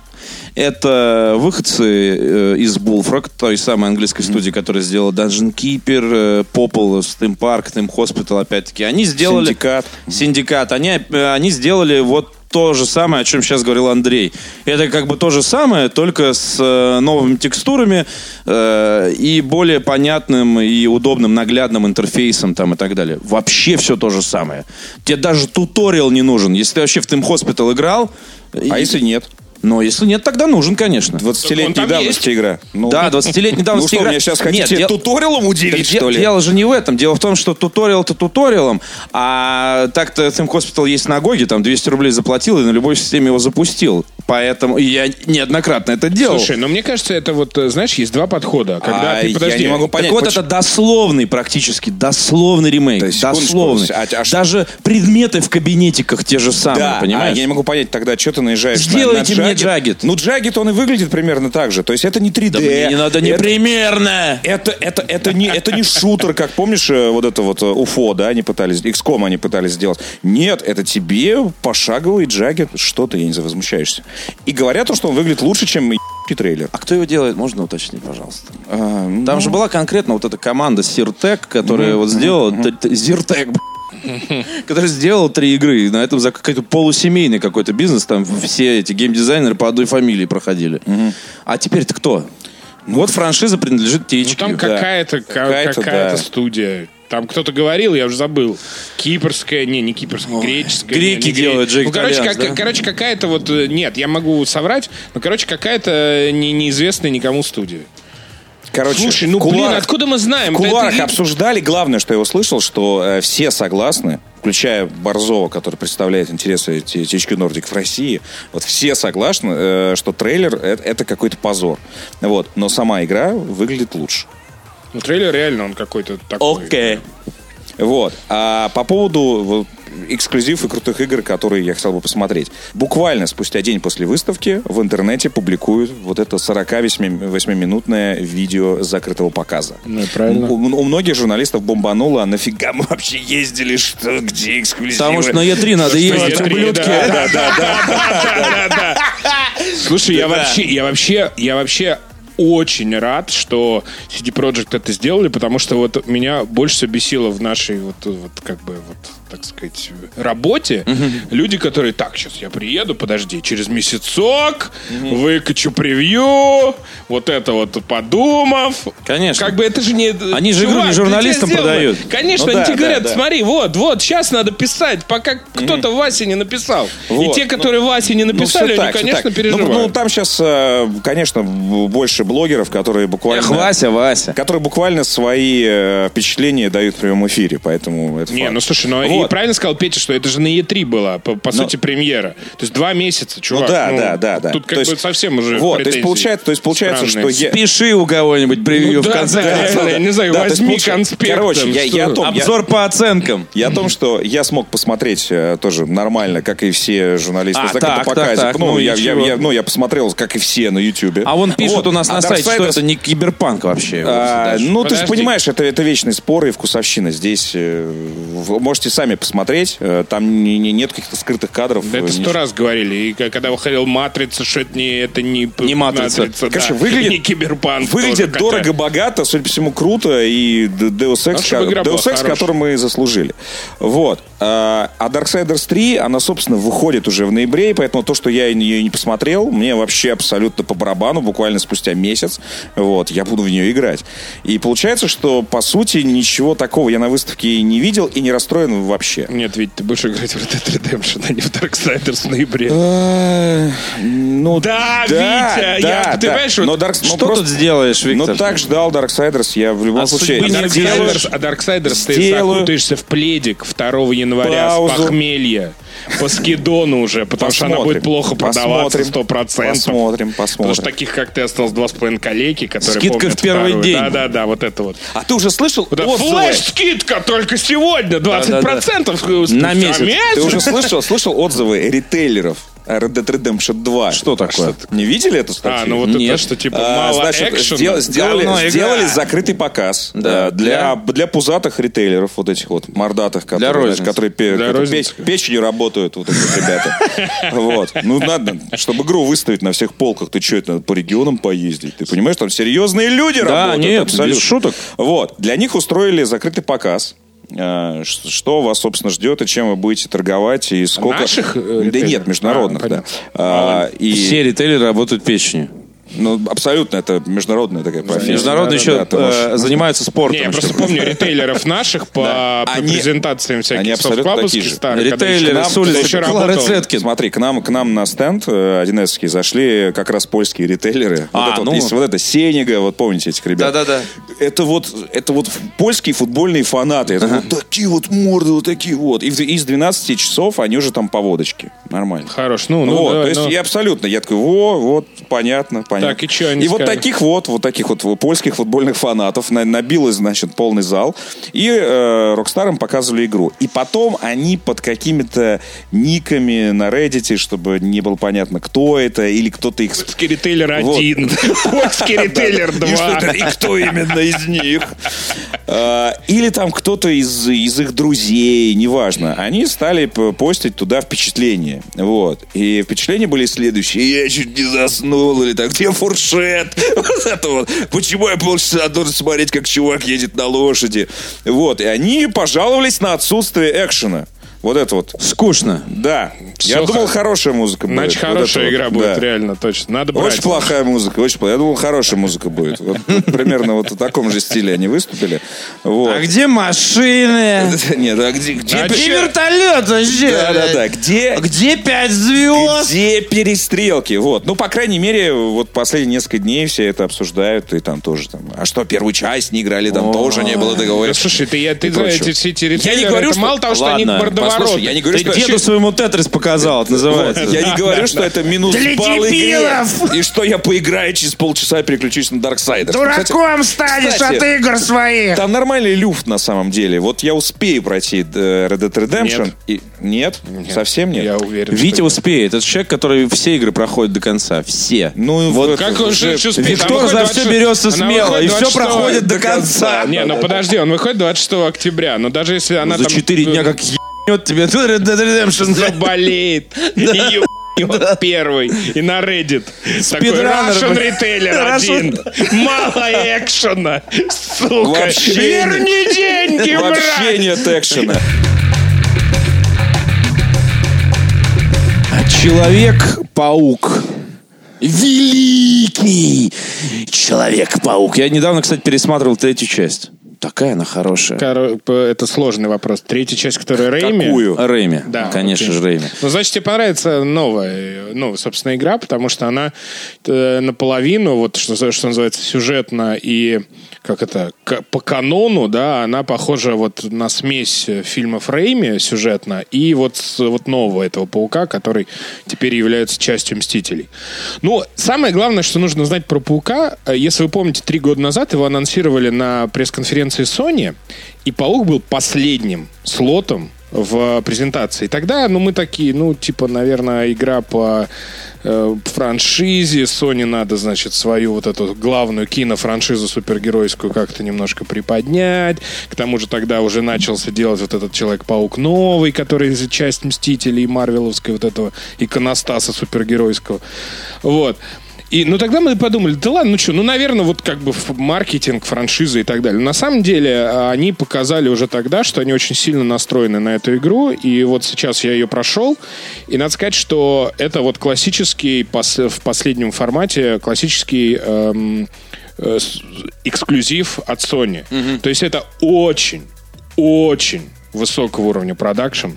Speaker 1: Это выходцы э, из Bullfrog, той самой английской студии, которая сделала Dungeon Keeper, э, Popple, Steam Park, Steam Hospital, опять-таки. Они сделали...
Speaker 4: Синдикат.
Speaker 1: Синдикат. Они, э, они сделали вот то же самое, о чем сейчас говорил Андрей. Это как бы то же самое, только с э, новыми текстурами э, и более понятным и удобным наглядным интерфейсом там и так далее. Вообще все то же самое. Тебе даже туториал не нужен. Если ты вообще в Team Hospital играл...
Speaker 4: А
Speaker 1: и-
Speaker 4: если нет?
Speaker 1: Но если нет, тогда нужен, конечно.
Speaker 4: 20-летней
Speaker 2: Так он там
Speaker 4: давности игра. Ну,
Speaker 1: Да, 20-летний
Speaker 4: Ну
Speaker 1: давности
Speaker 4: что,
Speaker 1: игра-
Speaker 4: меня сейчас
Speaker 1: Нет,
Speaker 4: хотите
Speaker 1: дел-
Speaker 4: туториалом
Speaker 1: так
Speaker 4: удивить,
Speaker 1: де-
Speaker 4: что ли?
Speaker 1: Дело же не в этом. Дело в том, что туториал-то туториалом, а так-то Team Hospital есть на Гоге, там 200 рублей заплатил и на любой системе его запустил. Поэтому и я неоднократно это делал.
Speaker 2: Слушай, но мне кажется, это вот, э, знаешь, есть два подхода. Когда
Speaker 4: А,
Speaker 2: ты,
Speaker 4: я
Speaker 2: подожди,
Speaker 4: не могу
Speaker 1: так
Speaker 4: понять,
Speaker 1: вот,
Speaker 4: поч-
Speaker 1: это дословный практически, дословный ремейк.
Speaker 4: Да, секундочку,
Speaker 1: дословный.
Speaker 4: а- а ш-
Speaker 1: Даже предметы в кабинетиках те же самые,
Speaker 4: Да,
Speaker 1: понимаешь?
Speaker 4: а я не могу понять тогда, что ты наезжаешь на-
Speaker 1: Сделайте
Speaker 4: на
Speaker 1: мне
Speaker 4: Джаггет.
Speaker 1: Джаггет.
Speaker 4: Ну, Джаггет, он и выглядит примерно так же. То есть это не 3D.
Speaker 1: Да мне не надо
Speaker 4: Э, это,
Speaker 1: непримерно.
Speaker 4: это, это, это не, это не шутер, как помнишь, э, вот это вот э, Уфо, да, они пытались, XCOM они пытались сделать. Нет, это тебе пошаговый Джаггет. Что ты, я не знаю, возмущаешься. И говорят, то, что он выглядит лучше, чем ебаный трейлер.
Speaker 1: А кто его делает, можно уточнить, пожалуйста?
Speaker 4: А, ну,
Speaker 1: Там же была конкретно вот эта команда Сиртек, которая вот сделала... т- т- Зиртек, б***ь, которая сделала три игры. И на этом за какой-то полусемейный какой-то бизнес. Там все эти геймдизайнеры по одной фамилии проходили. А теперь-то кто? Вот франшиза принадлежит THQ.
Speaker 2: Ну, там
Speaker 1: Да.
Speaker 2: какая-то ка-
Speaker 4: Какая-то,
Speaker 2: какая-то,
Speaker 4: да.
Speaker 2: студия. Там кто-то говорил, я уже забыл. Кипрская, не, не кипрская, греческая.
Speaker 1: греки
Speaker 2: не, не гре-
Speaker 1: делают Джек
Speaker 2: Ну, короче,
Speaker 1: Итальянс,
Speaker 2: как-
Speaker 1: да?
Speaker 2: короче, какая-то вот... э, Нет, я могу соврать, но, короче, какая-то э, не, неизвестная никому студия.
Speaker 4: короче,
Speaker 2: Слушай, ну,
Speaker 4: в кулуарах-
Speaker 2: блин, откуда мы знаем?
Speaker 4: В
Speaker 2: Это-
Speaker 4: кулуарах
Speaker 2: это-
Speaker 4: обсуждали. Главное, что я услышал, что э, все согласны, включая Борзова, который представляет интересы THQ Нордик в России, вот все согласны, э, что трейлер э, это, какой-то позор. Вот. Но сама игра выглядит лучше.
Speaker 2: Ну, трейлер реально, он какой-то такой.
Speaker 1: Окей.
Speaker 4: Вот. А по поводу вот, эксклюзив и крутых игр, которые я хотел бы посмотреть. Буквально спустя день после выставки в интернете публикуют вот это 48-минутное видео закрытого показа.
Speaker 2: Ну, и правильно.
Speaker 4: У, у многих журналистов бомбануло, а нафига мы вообще ездили, что, где эксклюзивы?
Speaker 1: Потому что ну, на Е3 надо ездить.
Speaker 2: Е3,
Speaker 1: ублюдки.
Speaker 2: да, да, да, да, да. Слушай, я вообще, я вообще, я вообще очень рад, что CD Projekt это сделали, потому что вот меня больше всего бесило в нашей вот, вот как бы вот так сказать работе люди, которые так сейчас я приеду, подожди, через месяцок выкачу превью, вот это вот подумав,
Speaker 1: Конечно.
Speaker 2: как бы это же не
Speaker 1: Они же игру не
Speaker 2: Чувак, для тебя
Speaker 1: журналистам
Speaker 2: сделано.
Speaker 1: продают.
Speaker 2: Конечно,
Speaker 4: Ну
Speaker 2: они
Speaker 4: да,
Speaker 2: тебе
Speaker 4: да,
Speaker 2: говорят,
Speaker 4: да.
Speaker 2: смотри, вот, вот, сейчас надо писать, пока кто-то Васе не написал. И
Speaker 4: Вот,
Speaker 2: те, которые Васе не
Speaker 4: Ну, всё
Speaker 2: написали, они,
Speaker 4: так, всё
Speaker 2: конечно,
Speaker 4: так.
Speaker 2: переживают.
Speaker 4: Ну, ну, там сейчас, конечно, б- больше блогеров, которые буквально...
Speaker 1: Эх, Вася, Вася.
Speaker 4: Которые буквально свои э, впечатления дают в прямом эфире, поэтому это
Speaker 2: не,
Speaker 4: факт.
Speaker 2: ну слушай, ну
Speaker 4: Вот.
Speaker 2: и правильно сказал Петя, что это же на Е3 была, по, по сути, премьера. То есть два месяца, чувак.
Speaker 4: Ну да, да, да, да.
Speaker 2: Тут как
Speaker 4: То
Speaker 2: бы
Speaker 4: есть-
Speaker 2: совсем уже
Speaker 4: Вот, то есть
Speaker 2: претензии
Speaker 4: получается, то есть получается,
Speaker 2: странные.
Speaker 4: что... я-
Speaker 1: Пиши у кого-нибудь превью
Speaker 2: Ну
Speaker 1: в
Speaker 2: да,
Speaker 1: конце
Speaker 2: да,
Speaker 1: концов.
Speaker 2: реально, я не знаю,
Speaker 4: Да, то есть
Speaker 2: возьми
Speaker 4: получается-
Speaker 2: конспект.
Speaker 4: короче,
Speaker 2: там,
Speaker 4: я-
Speaker 2: что-
Speaker 4: я о том-
Speaker 1: Обзор по оценкам.
Speaker 4: Я о том, что я смог посмотреть э, тоже нормально, как и все журналисты.
Speaker 1: А,
Speaker 4: Так это
Speaker 1: так, так,
Speaker 4: показик.
Speaker 1: так,
Speaker 4: ну,
Speaker 1: ну,
Speaker 4: я, я-
Speaker 1: ничего.
Speaker 4: я- ну, я посмотрел, как и все на Ютьюбе.
Speaker 1: А вон пишут
Speaker 4: Вот.
Speaker 1: у нас
Speaker 4: А
Speaker 1: на сайте, что
Speaker 4: Darksiders-
Speaker 1: это не киберпанк вообще.
Speaker 4: А,
Speaker 1: Даже.
Speaker 4: ну, ты же
Speaker 2: Подожди.
Speaker 4: понимаешь, это, это вечный спор и вкусовщина. Здесь э, вы можете сами посмотреть. э, там не- не- нет каких-то скрытых кадров.
Speaker 2: Да это
Speaker 4: э,
Speaker 2: сто
Speaker 4: ничего.
Speaker 2: раз говорили. И к- когда выходил «Матрица», что это не, это не, п-
Speaker 1: Не «Матрица».
Speaker 2: да.
Speaker 4: Короче, выглядит-
Speaker 2: не «Киберпанк».
Speaker 4: Выглядит
Speaker 2: тоже, хотя-
Speaker 4: дорого-богато, судя по всему, круто. И Д- Deus Ex,
Speaker 2: Ну, чтобы игра была
Speaker 4: Deus Ex
Speaker 2: хорошая.
Speaker 4: который мы заслужили. Вот. А а Darksiders 3, она, собственно, выходит уже в ноябре, и поэтому то, что я ее не посмотрел, мне вообще абсолютно по барабану, буквально спустя месяц. Вот, я буду в нее играть. И получается, что, по сути, ничего такого я на выставке не видел и не расстроен вообще.
Speaker 2: Нет, ведь ты будешь играть в Red Dead Redemption, а не в Darksiders в ноябре.
Speaker 4: Э, Ну,
Speaker 2: Да, Витя, я- ты понимаешь, вот а
Speaker 4: но Dark- ну,
Speaker 1: Что
Speaker 4: просто-
Speaker 1: тут сделаешь,
Speaker 4: Ну,
Speaker 1: Виктор?
Speaker 4: так ждал Darksiders, я в любом
Speaker 1: А
Speaker 4: случае...
Speaker 1: судьбы
Speaker 4: А
Speaker 1: не
Speaker 4: Darksiders-
Speaker 1: сделаешь.
Speaker 2: Darksiders, а Darksiders ты
Speaker 4: Сделаю.
Speaker 2: закутаешься в пледик 2 января с
Speaker 4: Паузу.
Speaker 2: похмелья. По скидону уже, потому что она
Speaker 4: Посмотрим.
Speaker 2: будет плохо продаваться
Speaker 4: Посмотрим.
Speaker 2: 100%.
Speaker 4: Посмотрим,
Speaker 2: Потому что
Speaker 4: посмотрим.
Speaker 2: таких, как ты, осталось два с половиной коллеги, которые
Speaker 1: Скидка
Speaker 2: помнят
Speaker 1: в первый
Speaker 2: вторую.
Speaker 1: день.
Speaker 2: Да-да-да, вот это вот.
Speaker 4: А ты уже слышал
Speaker 2: Вот это
Speaker 4: отзывы?
Speaker 2: Флэш-скидка только сегодня, 20%.
Speaker 1: На месяц.
Speaker 4: Ты уже слышал, слышал отзывы ритейлеров о Red Dead Redemption 2?
Speaker 1: Что такое?
Speaker 4: Не видели эту статью?
Speaker 2: А, ну вот это,
Speaker 1: Нет.
Speaker 2: что типа
Speaker 4: А,
Speaker 2: мало
Speaker 4: значит,
Speaker 2: экшена.
Speaker 4: сдел-
Speaker 1: Говно
Speaker 4: сделали,
Speaker 1: игра.
Speaker 4: сделали закрытый показ
Speaker 1: Да.
Speaker 4: э, для, для пузатых ритейлеров, вот этих вот мордатых, которые, знаешь,
Speaker 1: розницы.
Speaker 4: которые пе-
Speaker 2: Для
Speaker 4: которые
Speaker 2: розницы.
Speaker 4: пе- печенью работают, вот эти вот ребята. Вот. Ну, надо, чтобы игру выставить на всех полках, ты что, это надо по регионам поездить? Ты понимаешь, там серьезные люди работают.
Speaker 1: нет,
Speaker 4: абсолютно.
Speaker 1: без шуток.
Speaker 4: Вот. Для них устроили закрытый показ. Э, ш- Что вас, собственно, ждет и чем вы будете торговать и сколько...
Speaker 2: Наших, э,
Speaker 4: Да
Speaker 2: ритейлеров?
Speaker 4: нет, международных,
Speaker 2: А,
Speaker 4: да.
Speaker 2: понятно.
Speaker 4: А, и-
Speaker 1: Все ритейлеры работают печенью.
Speaker 4: ну, абсолютно, это международная такая профессия.
Speaker 1: Международные
Speaker 4: Да,
Speaker 1: еще
Speaker 4: да, ты можешь-
Speaker 1: э, занимаются спортом.
Speaker 2: Не, я
Speaker 1: еще.
Speaker 2: просто помню ритейлеров наших по по
Speaker 4: Они-
Speaker 2: презентациям
Speaker 4: они
Speaker 2: всяких
Speaker 4: абсолютно
Speaker 2: софт-клабовских
Speaker 4: такие же.
Speaker 2: старых. когда еще
Speaker 1: Ритейлеры
Speaker 2: нам-
Speaker 1: с улицы
Speaker 2: когда еще
Speaker 1: Клары
Speaker 2: работал.
Speaker 1: Цеткин.
Speaker 4: Смотри, к нам, к нам на стенд 1 зашли как раз польские ритейлеры.
Speaker 1: А,
Speaker 4: вот, это
Speaker 1: ну.
Speaker 4: вот, есть вот это Сенига, вот помните этих ребят?
Speaker 1: Да-да-да.
Speaker 4: Это вот, это вот ф- польские футбольные фанаты. Это вот такие вот морды, вот такие вот. И, в- и с 12 часов они уже там по водочке. Нормально.
Speaker 2: Хорош, ну, ну,
Speaker 4: вот,
Speaker 2: давай,
Speaker 4: то есть
Speaker 2: ну.
Speaker 4: я абсолютно, я такой, во, вот, понятно, понятно.
Speaker 2: Так, и чё они
Speaker 4: И вот
Speaker 2: сказали?
Speaker 4: таких вот, вот таких вот польских футбольных фанатов на- набилось, значит, полный зал. И э, Rockstar им показывали игру. И потом они под какими-то никами на Reddit, чтобы не было понятно, кто это, или кто-то их... сп-
Speaker 2: Польский ритейлер
Speaker 4: Вот.
Speaker 2: 1, польский ритейлер
Speaker 4: И,
Speaker 2: 2.
Speaker 4: что это- и кто именно из них? Э, Или там кто-то из, из их друзей, неважно. Они стали п- постить туда впечатления. Вот. И впечатления были следующие. Я чуть не заснул, или так, где фуршет? Вот это вот. Почему я полчаса должен смотреть, как чувак едет на лошади? Вот. И они пожаловались на отсутствие экшена. Вот это вот.
Speaker 1: Скучно.
Speaker 4: Да.
Speaker 2: Всё
Speaker 4: Я думал,
Speaker 2: хо-
Speaker 4: хорошая музыка будет.
Speaker 2: Значит,
Speaker 4: Вот
Speaker 2: хорошая
Speaker 4: это вот.
Speaker 2: игра будет,
Speaker 4: Да.
Speaker 2: реально, точно. Надо брать.
Speaker 4: Очень плохая музыка, очень плохая. Я думал, хорошая музыка будет. Вот, вот примерно вот в таком же стиле они выступили. Вот.
Speaker 1: А где машины?
Speaker 4: Нет, а где... где
Speaker 2: А
Speaker 4: пер-
Speaker 1: Где вертолет вообще? А
Speaker 4: Да-да-да, где...
Speaker 1: Где пять звезд?
Speaker 4: Где перестрелки? Вот. Ну, по крайней мере, вот последние несколько дней все это обсуждают, и там тоже там. А что, первую часть не играли, там тоже не было договора.
Speaker 2: Да, слушай, ты, я, ты
Speaker 4: И
Speaker 2: за
Speaker 4: прочего.
Speaker 2: эти все эти
Speaker 4: Я не
Speaker 2: ритейлеры,
Speaker 4: говорю,
Speaker 2: это
Speaker 4: что-
Speaker 2: мало того, что они
Speaker 1: Ладно,
Speaker 2: мордовороты.
Speaker 4: Послушай, я не говорю,
Speaker 1: Ты
Speaker 4: что...
Speaker 1: деду своему тетрис показал, это называется.
Speaker 4: Я не говорю, что это минус
Speaker 1: Для
Speaker 4: балл игре,
Speaker 1: дебилов!
Speaker 4: И что я поиграю через полчаса и переключусь на Darksiders.
Speaker 1: Дураком станешь
Speaker 4: кстати,
Speaker 1: от игр своих!
Speaker 4: Там нормальный люфт на самом деле. Вот я успею пройти э, Red Dead Redemption.
Speaker 2: Нет.
Speaker 4: И... Нет? Совсем нет?
Speaker 2: Я уверен.
Speaker 1: Витя
Speaker 2: что-
Speaker 1: успеет. Это человек, который все игры проходит до конца. Все.
Speaker 4: Ну, вот
Speaker 2: Как он же успеет? Она
Speaker 1: Виктор
Speaker 2: выходит
Speaker 1: за все
Speaker 2: 26
Speaker 1: берется
Speaker 2: она
Speaker 1: смело, и
Speaker 2: выходит
Speaker 1: все
Speaker 2: 26
Speaker 1: проходит до конца.
Speaker 2: Не, ну подожди, он выходит 26 октября, но даже если она
Speaker 4: Ну,
Speaker 1: За
Speaker 2: там...
Speaker 1: 4 дня как ебнет тебе тут Red Dead Redemption.
Speaker 2: заболеет. И ебнет первый. И на Reddit. Такой
Speaker 1: Спидранер,
Speaker 2: Russian
Speaker 1: блин.
Speaker 2: Retailer один. Мало экшена. Сука.
Speaker 4: Вообще
Speaker 2: Верни деньги,
Speaker 4: вообще
Speaker 2: брат.
Speaker 4: нет экшена.
Speaker 1: Человек-паук. Великий Человек-паук. Я недавно, кстати, пересматривал третью часть. Такая она хорошая.
Speaker 2: Коро- п- Это сложный вопрос. Третья часть, которая Рейми.
Speaker 4: Какую?
Speaker 1: Рэйми.
Speaker 2: Да,
Speaker 1: Конечно
Speaker 2: окей.
Speaker 1: же, Рэйми.
Speaker 2: Ну, значит, тебе понравится новая, э, ну, собственно, игра, потому что она э, наполовину, вот что, за- что называется, сюжетно и, как это, к- по канону, да, она похожа вот на смесь э, фильмов Рейми сюжетно и вот, с- вот нового этого паука, который теперь является частью Мстителей. Ну, самое главное, что нужно знать про паука, э, если вы помните, три года назад его анонсировали на пресс-конференции Sony, и паук был последним слотом в презентации. Тогда, ну, мы такие, ну, типа, наверное, игра по э, франшизе. Sony надо, значит, свою вот эту главную кинофраншизу супергеройскую как-то немножко приподнять. К тому же тогда уже начался делать вот этот Человек-паук новый, который за- часть Мстителей и Марвеловской вот этого иконостаса супергеройского. Вот. И И, ну, тогда мы подумали, да ладно, ну что, ну, наверное, вот как бы ф- маркетинг, франшиза и так далее. На самом деле, а, они показали уже тогда, что они очень сильно настроены на эту игру, и вот сейчас я ее прошел, и надо сказать, что это вот классический, пос- в последнем формате, классический... эм, э, с- эксклюзив от Sony. То есть это очень, очень высокого уровня продакшн.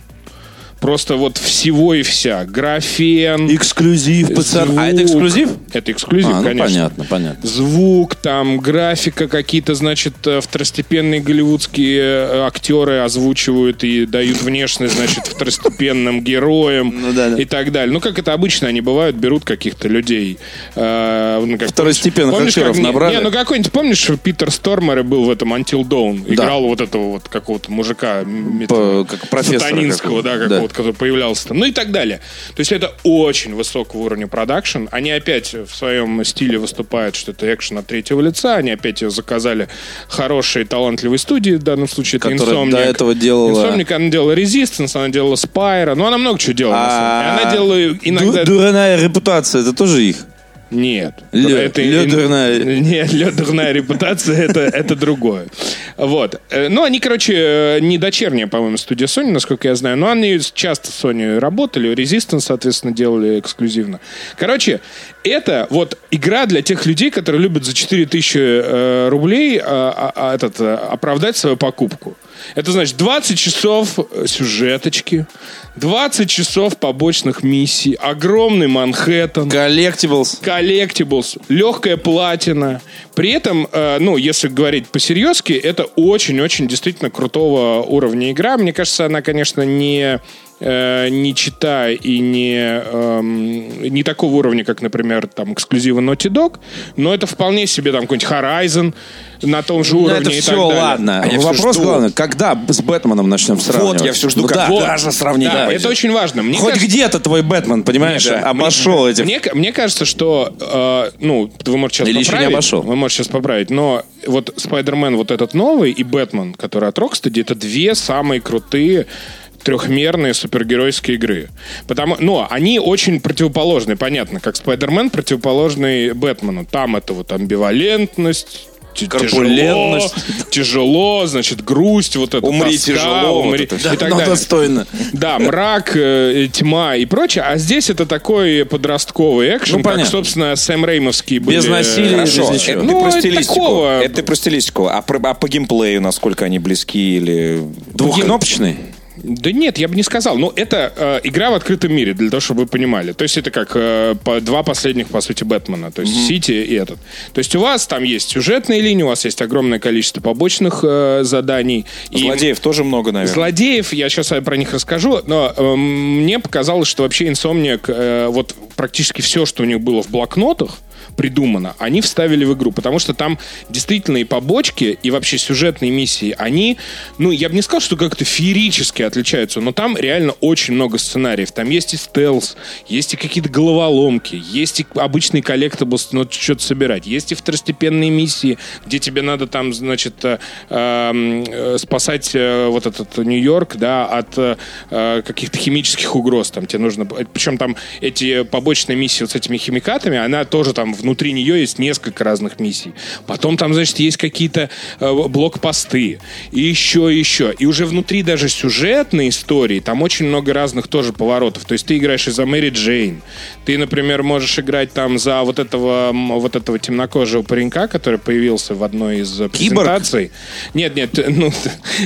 Speaker 2: Просто вот всего и вся. Графен.
Speaker 1: Эксклюзив, пацан.
Speaker 2: звук.
Speaker 1: А это эксклюзив?
Speaker 2: Это эксклюзив,
Speaker 1: А, ну
Speaker 2: конечно.
Speaker 1: понятно, понятно.
Speaker 2: Звук, там, графика, какие-то, значит, э, второстепенные голливудские э, актеры озвучивают и дают внешность, значит, второстепенным героям
Speaker 1: Ну да, да.
Speaker 2: и так далее. Ну, как это обычно, они бывают, берут каких-то людей. э, ну, как-
Speaker 1: Второстепенных
Speaker 2: помнишь,
Speaker 1: актеров
Speaker 2: как- не-
Speaker 1: набрали?
Speaker 2: Не, ну какой-нибудь, помнишь, Питер Стормер был в этом Until Dawn, играл вот этого вот какого-то мужика м, этого,
Speaker 1: как профессора
Speaker 2: сатанинского, да,
Speaker 1: какого-то.
Speaker 2: какого-то,
Speaker 1: Да.
Speaker 2: который появлялся там, ну и так далее. То есть это очень высокого уровня продакшн. Они опять в своем стиле выступают, что это экшен от третьего лица. Они опять ее заказали хорошие, талантливые студии, в данном случае это
Speaker 1: Которая
Speaker 2: Insomniac.
Speaker 1: до этого делала-
Speaker 2: Insomniac, она делала Resistance, она делала Spyro, ну она много чего делала. на самом деле.
Speaker 1: А,
Speaker 2: Она делала иногда...
Speaker 1: ду- Дурная репутация, это тоже их?
Speaker 2: Нет.
Speaker 1: Лё- лё
Speaker 2: ин-
Speaker 1: дурная.
Speaker 2: Нет, лё дурная репутация, это, это другое. Вот. Э, Ну, они, короче, э, не дочерняя, по-моему, студия Sony, насколько я знаю, но они часто с Sony работали, Resistance, соответственно, делали эксклюзивно. Короче, это вот игра для тех людей, которые любят за 4000 э, рублей э, а- а- этот, э, оправдать свою покупку. Это значит 20 часов э, сюжеточки, 20 часов побочных миссий, огромный Манхэттен,
Speaker 1: Коллектиблс.
Speaker 2: коллектиблс, легкая платина. При этом, э, ну, если говорить по-серьезки, это очень-очень действительно крутого уровня игра. Мне кажется, она, конечно, не э, не чита и не, эм, не такого уровня, как, например, там, эксклюзивы Naughty Dog, но это вполне себе там какой-нибудь Horizon на том же
Speaker 1: Ну,
Speaker 2: уровне
Speaker 1: это
Speaker 2: и
Speaker 1: все,
Speaker 2: так далее.
Speaker 1: ладно.
Speaker 4: А я всё
Speaker 1: Вопрос
Speaker 4: жду.
Speaker 1: главный, когда с Бэтменом начнем сравнивать?
Speaker 4: Вот, я все жду,
Speaker 1: Ну
Speaker 4: когда
Speaker 1: да.
Speaker 4: же сравнение
Speaker 2: Да,
Speaker 4: пойдет.
Speaker 2: это очень важно. Мне
Speaker 1: Хоть
Speaker 2: кажется-
Speaker 1: где-то твой Бэтмен, понимаешь, А
Speaker 4: Да.
Speaker 1: обошел этих.
Speaker 2: Мне, ка- мне кажется, что, э, ну, вы можете сейчас
Speaker 1: Или еще
Speaker 2: поправить.
Speaker 1: не обошел.
Speaker 2: Вы можете сейчас поправить, но вот Спайдермен вот этот новый и Бэтмен, который от Рокстеди, это две самые крутые трехмерные супергеройские игры. Потому, но они очень противоположны, понятно, как Спайдермен противоположный Бэтмену. Там это вот амбивалентность, т-
Speaker 1: Корпулентность.
Speaker 2: Тяжело, тяжело, значит, грусть, вот это
Speaker 4: Умри
Speaker 2: тоска,
Speaker 4: тяжело, вот
Speaker 2: умри,
Speaker 4: это
Speaker 2: и
Speaker 4: всё.
Speaker 1: Да,
Speaker 2: так
Speaker 1: но
Speaker 2: далее.
Speaker 1: достойно.
Speaker 2: Да, мрак, э, тьма и прочее. А здесь это такой подростковый экшен,
Speaker 1: Ну,
Speaker 2: как,
Speaker 1: понятно.
Speaker 2: собственно, Сэм Реймовский были. э,
Speaker 1: Без насилия.
Speaker 4: Хорошо,
Speaker 1: без ничего.
Speaker 4: это
Speaker 2: Ну,
Speaker 4: ты про
Speaker 2: это
Speaker 4: стилистику.
Speaker 2: такого.
Speaker 4: Это ты про стилистику. А, про- а по геймплею, насколько они близки или... ну,
Speaker 1: Двухкнопочный?
Speaker 2: Да нет, я бы не сказал. Но это э, игра в открытом мире, для того, чтобы вы понимали. То есть это как э, по- два последних, по сути, Бэтмена. То есть Сити и этот. То есть у вас там есть сюжетные линии, у вас есть огромное количество побочных э, заданий. И-
Speaker 4: Злодеев тоже много, наверное.
Speaker 2: Злодеев, я сейчас про них расскажу, но эм, мне показалось, что вообще Insomniac, э, вот практически все, что у них было в блокнотах, придумано, они вставили в игру, потому что там действительно и побочки, и вообще сюжетные миссии, они, ну, я бы не сказал, что как-то феерически отличаются, но там реально очень много сценариев. Там есть и стелс, есть и какие-то головоломки, есть и обычный коллектаблс, ну, что-то собирать, есть и второстепенные миссии, где тебе надо там, значит, э, эм, э, спасать э, вот этот Нью-Йорк, да, от э, э, каких-то химических угроз. Там тебе нужно... Причем там эти побочные миссии вот с этими химикатами, она тоже там внутри нее есть несколько разных миссий. Потом там, значит, есть какие-то э, блокпосты. И еще, и еще. И уже внутри даже сюжетной истории там очень много разных тоже поворотов. То есть ты играешь и за Мэри Джейн. Ты, например, можешь играть там за вот этого, м, вот этого темнокожего паренька, который появился в одной из э,
Speaker 1: Киборг?
Speaker 2: презентаций. Нет, нет, э, ну,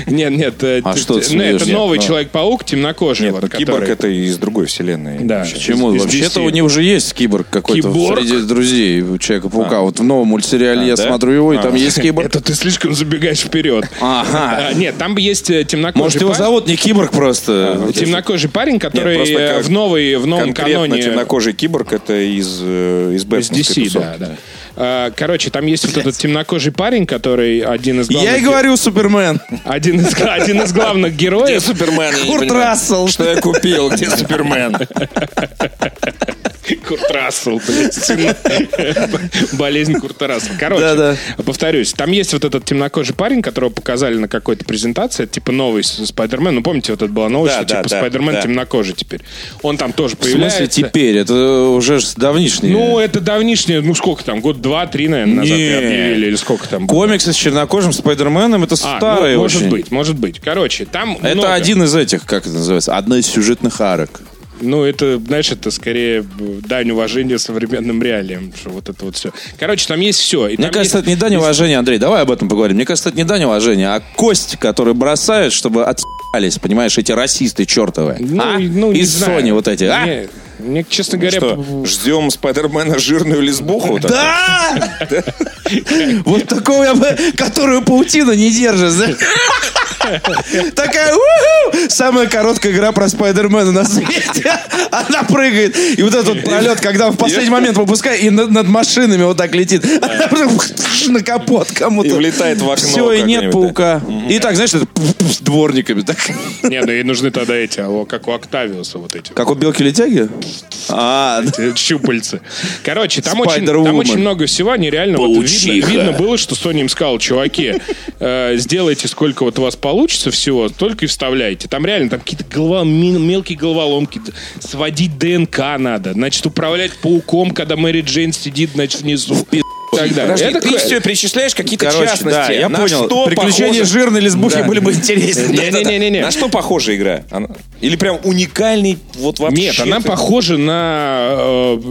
Speaker 2: нет, нет. э,
Speaker 1: А
Speaker 2: т-
Speaker 1: что
Speaker 2: т-
Speaker 1: ты
Speaker 2: ну, это
Speaker 1: смеешься?
Speaker 2: новый
Speaker 1: Ну.
Speaker 2: Человек-паук темнокожий.
Speaker 4: Нет,
Speaker 2: вот,
Speaker 4: ну, Киборг
Speaker 2: который-
Speaker 4: это из другой вселенной.
Speaker 2: Да.
Speaker 1: Почему?
Speaker 2: Из- из
Speaker 1: Вообще-то
Speaker 2: DC.
Speaker 1: у них уже есть киборг какой-то
Speaker 2: Киборг?
Speaker 1: среди друзей у Человека-паука. Вот в новом мультсериале я
Speaker 4: да?
Speaker 1: смотрю его, и
Speaker 4: А.
Speaker 1: там есть киборг.
Speaker 2: Это ты слишком забегаешь вперед.
Speaker 1: Ага.
Speaker 2: А, Нет, там есть э, темнокожий
Speaker 1: Может, его
Speaker 4: Типа?
Speaker 2: парень.
Speaker 1: зовут не киборг просто? Типа,
Speaker 2: Темнокожий парень, который
Speaker 4: Нет, просто
Speaker 2: э,
Speaker 4: как-
Speaker 2: в, новой, в новом
Speaker 4: Конкретно
Speaker 2: каноне...
Speaker 4: темнокожий киборг это из, э, из
Speaker 2: Из
Speaker 4: Бэтменской
Speaker 2: DC,
Speaker 4: тусовки.
Speaker 2: да, да. Э, Короче, там есть вот этот темнокожий парень, который один из главных...
Speaker 1: Я и
Speaker 2: ге-
Speaker 1: говорю, Супермен.
Speaker 2: Один из, один из главных
Speaker 4: Где
Speaker 2: героев.
Speaker 4: Супермен? Я не
Speaker 1: Курт
Speaker 4: понимаю.
Speaker 1: Рассел.
Speaker 4: Что я купил? Где Супермен?
Speaker 2: Курт Рассел, блядь. Болезнь Курта Рассела. Короче,
Speaker 1: Да-да.
Speaker 2: повторюсь, там есть вот этот темнокожий парень, которого показали на какой-то презентации, это типа новый с- Спайдермен. Ну, помните, вот это была новость,
Speaker 4: Да,
Speaker 2: что
Speaker 4: да,
Speaker 2: типа
Speaker 4: да,
Speaker 2: Спайдермен
Speaker 4: да.
Speaker 2: темнокожий теперь. Он там тоже
Speaker 1: В смысле
Speaker 2: появляется.
Speaker 1: теперь? Это уже ж давнишний.
Speaker 2: Ну, это давнишнее, ну сколько там, год два-три, наверное, назад
Speaker 1: Не.
Speaker 2: объявили, или сколько там. было.
Speaker 1: Комиксы с чернокожим Спайдерменом это
Speaker 2: А, ну,
Speaker 1: старые
Speaker 2: может
Speaker 1: очень.
Speaker 2: быть, может быть. Короче, там
Speaker 1: Это
Speaker 2: много.
Speaker 1: один из этих, как это называется, одна из сюжетных арок.
Speaker 2: Ну, это, знаешь, это скорее дань уважения современным реалиям, что вот это вот все. Короче, там есть все.
Speaker 1: Мне кажется, это не дань уважения, Андрей, давай об этом поговорим. Мне кажется, это не дань уважения, а кость, которые бросают, чтобы отъебались, понимаешь, эти расисты чертовы. а?
Speaker 2: Ну, не
Speaker 1: Из
Speaker 2: знаю.
Speaker 1: Sony вот эти, а?
Speaker 2: Мне, мне, честно говоря,
Speaker 4: Что, ждем Спайдермена жирную лесбуху? Вот так
Speaker 1: Да! Вот такого я бы, которую паутина не держит. знаешь. Такая уху! Самая короткая игра про Спайдермена на свете. Она прыгает. И вот этот вот пролет, когда в последний момент выпускает, и над, над машинами вот так летит. Она просто на капот кому-то.
Speaker 4: И влетает в окно
Speaker 1: Все, и нет
Speaker 4: как-нибудь,
Speaker 1: паука. И так, знаешь, это с дворниками. Так.
Speaker 2: по- не, ну и нужны тогда эти, а, о, как у Октавиуса вот эти.
Speaker 1: Как у белки-летяги? А,
Speaker 2: Э, щупальцы. Короче, там очень,
Speaker 1: Spider-Woman.
Speaker 2: там очень много всего, они реально вот видно,
Speaker 1: Паучиха.
Speaker 2: видно было, что Sony им сказал, чуваки, э, сделайте сколько вот у вас получится всего, только и вставляйте. Там реально там какие-то голова, ми- мелкие головоломки, д- сводить ДНК надо, значит, управлять пауком, когда Мэри Джейн сидит, значит, внизу. И так далее.
Speaker 4: Подожди,
Speaker 2: Это
Speaker 4: ты
Speaker 2: такое-
Speaker 4: все перечисляешь какие-то
Speaker 1: короче,
Speaker 4: частности.
Speaker 1: да, я
Speaker 4: На
Speaker 1: понял.
Speaker 4: что
Speaker 1: Приключения
Speaker 4: похожа-
Speaker 1: жирной лесбухи были бы интересны.
Speaker 2: Не-не-не-не-не.
Speaker 4: На что похожа игра? Она- Или прям уникальный вот вообще?
Speaker 2: Нет, она
Speaker 4: ты-
Speaker 2: похожа на э,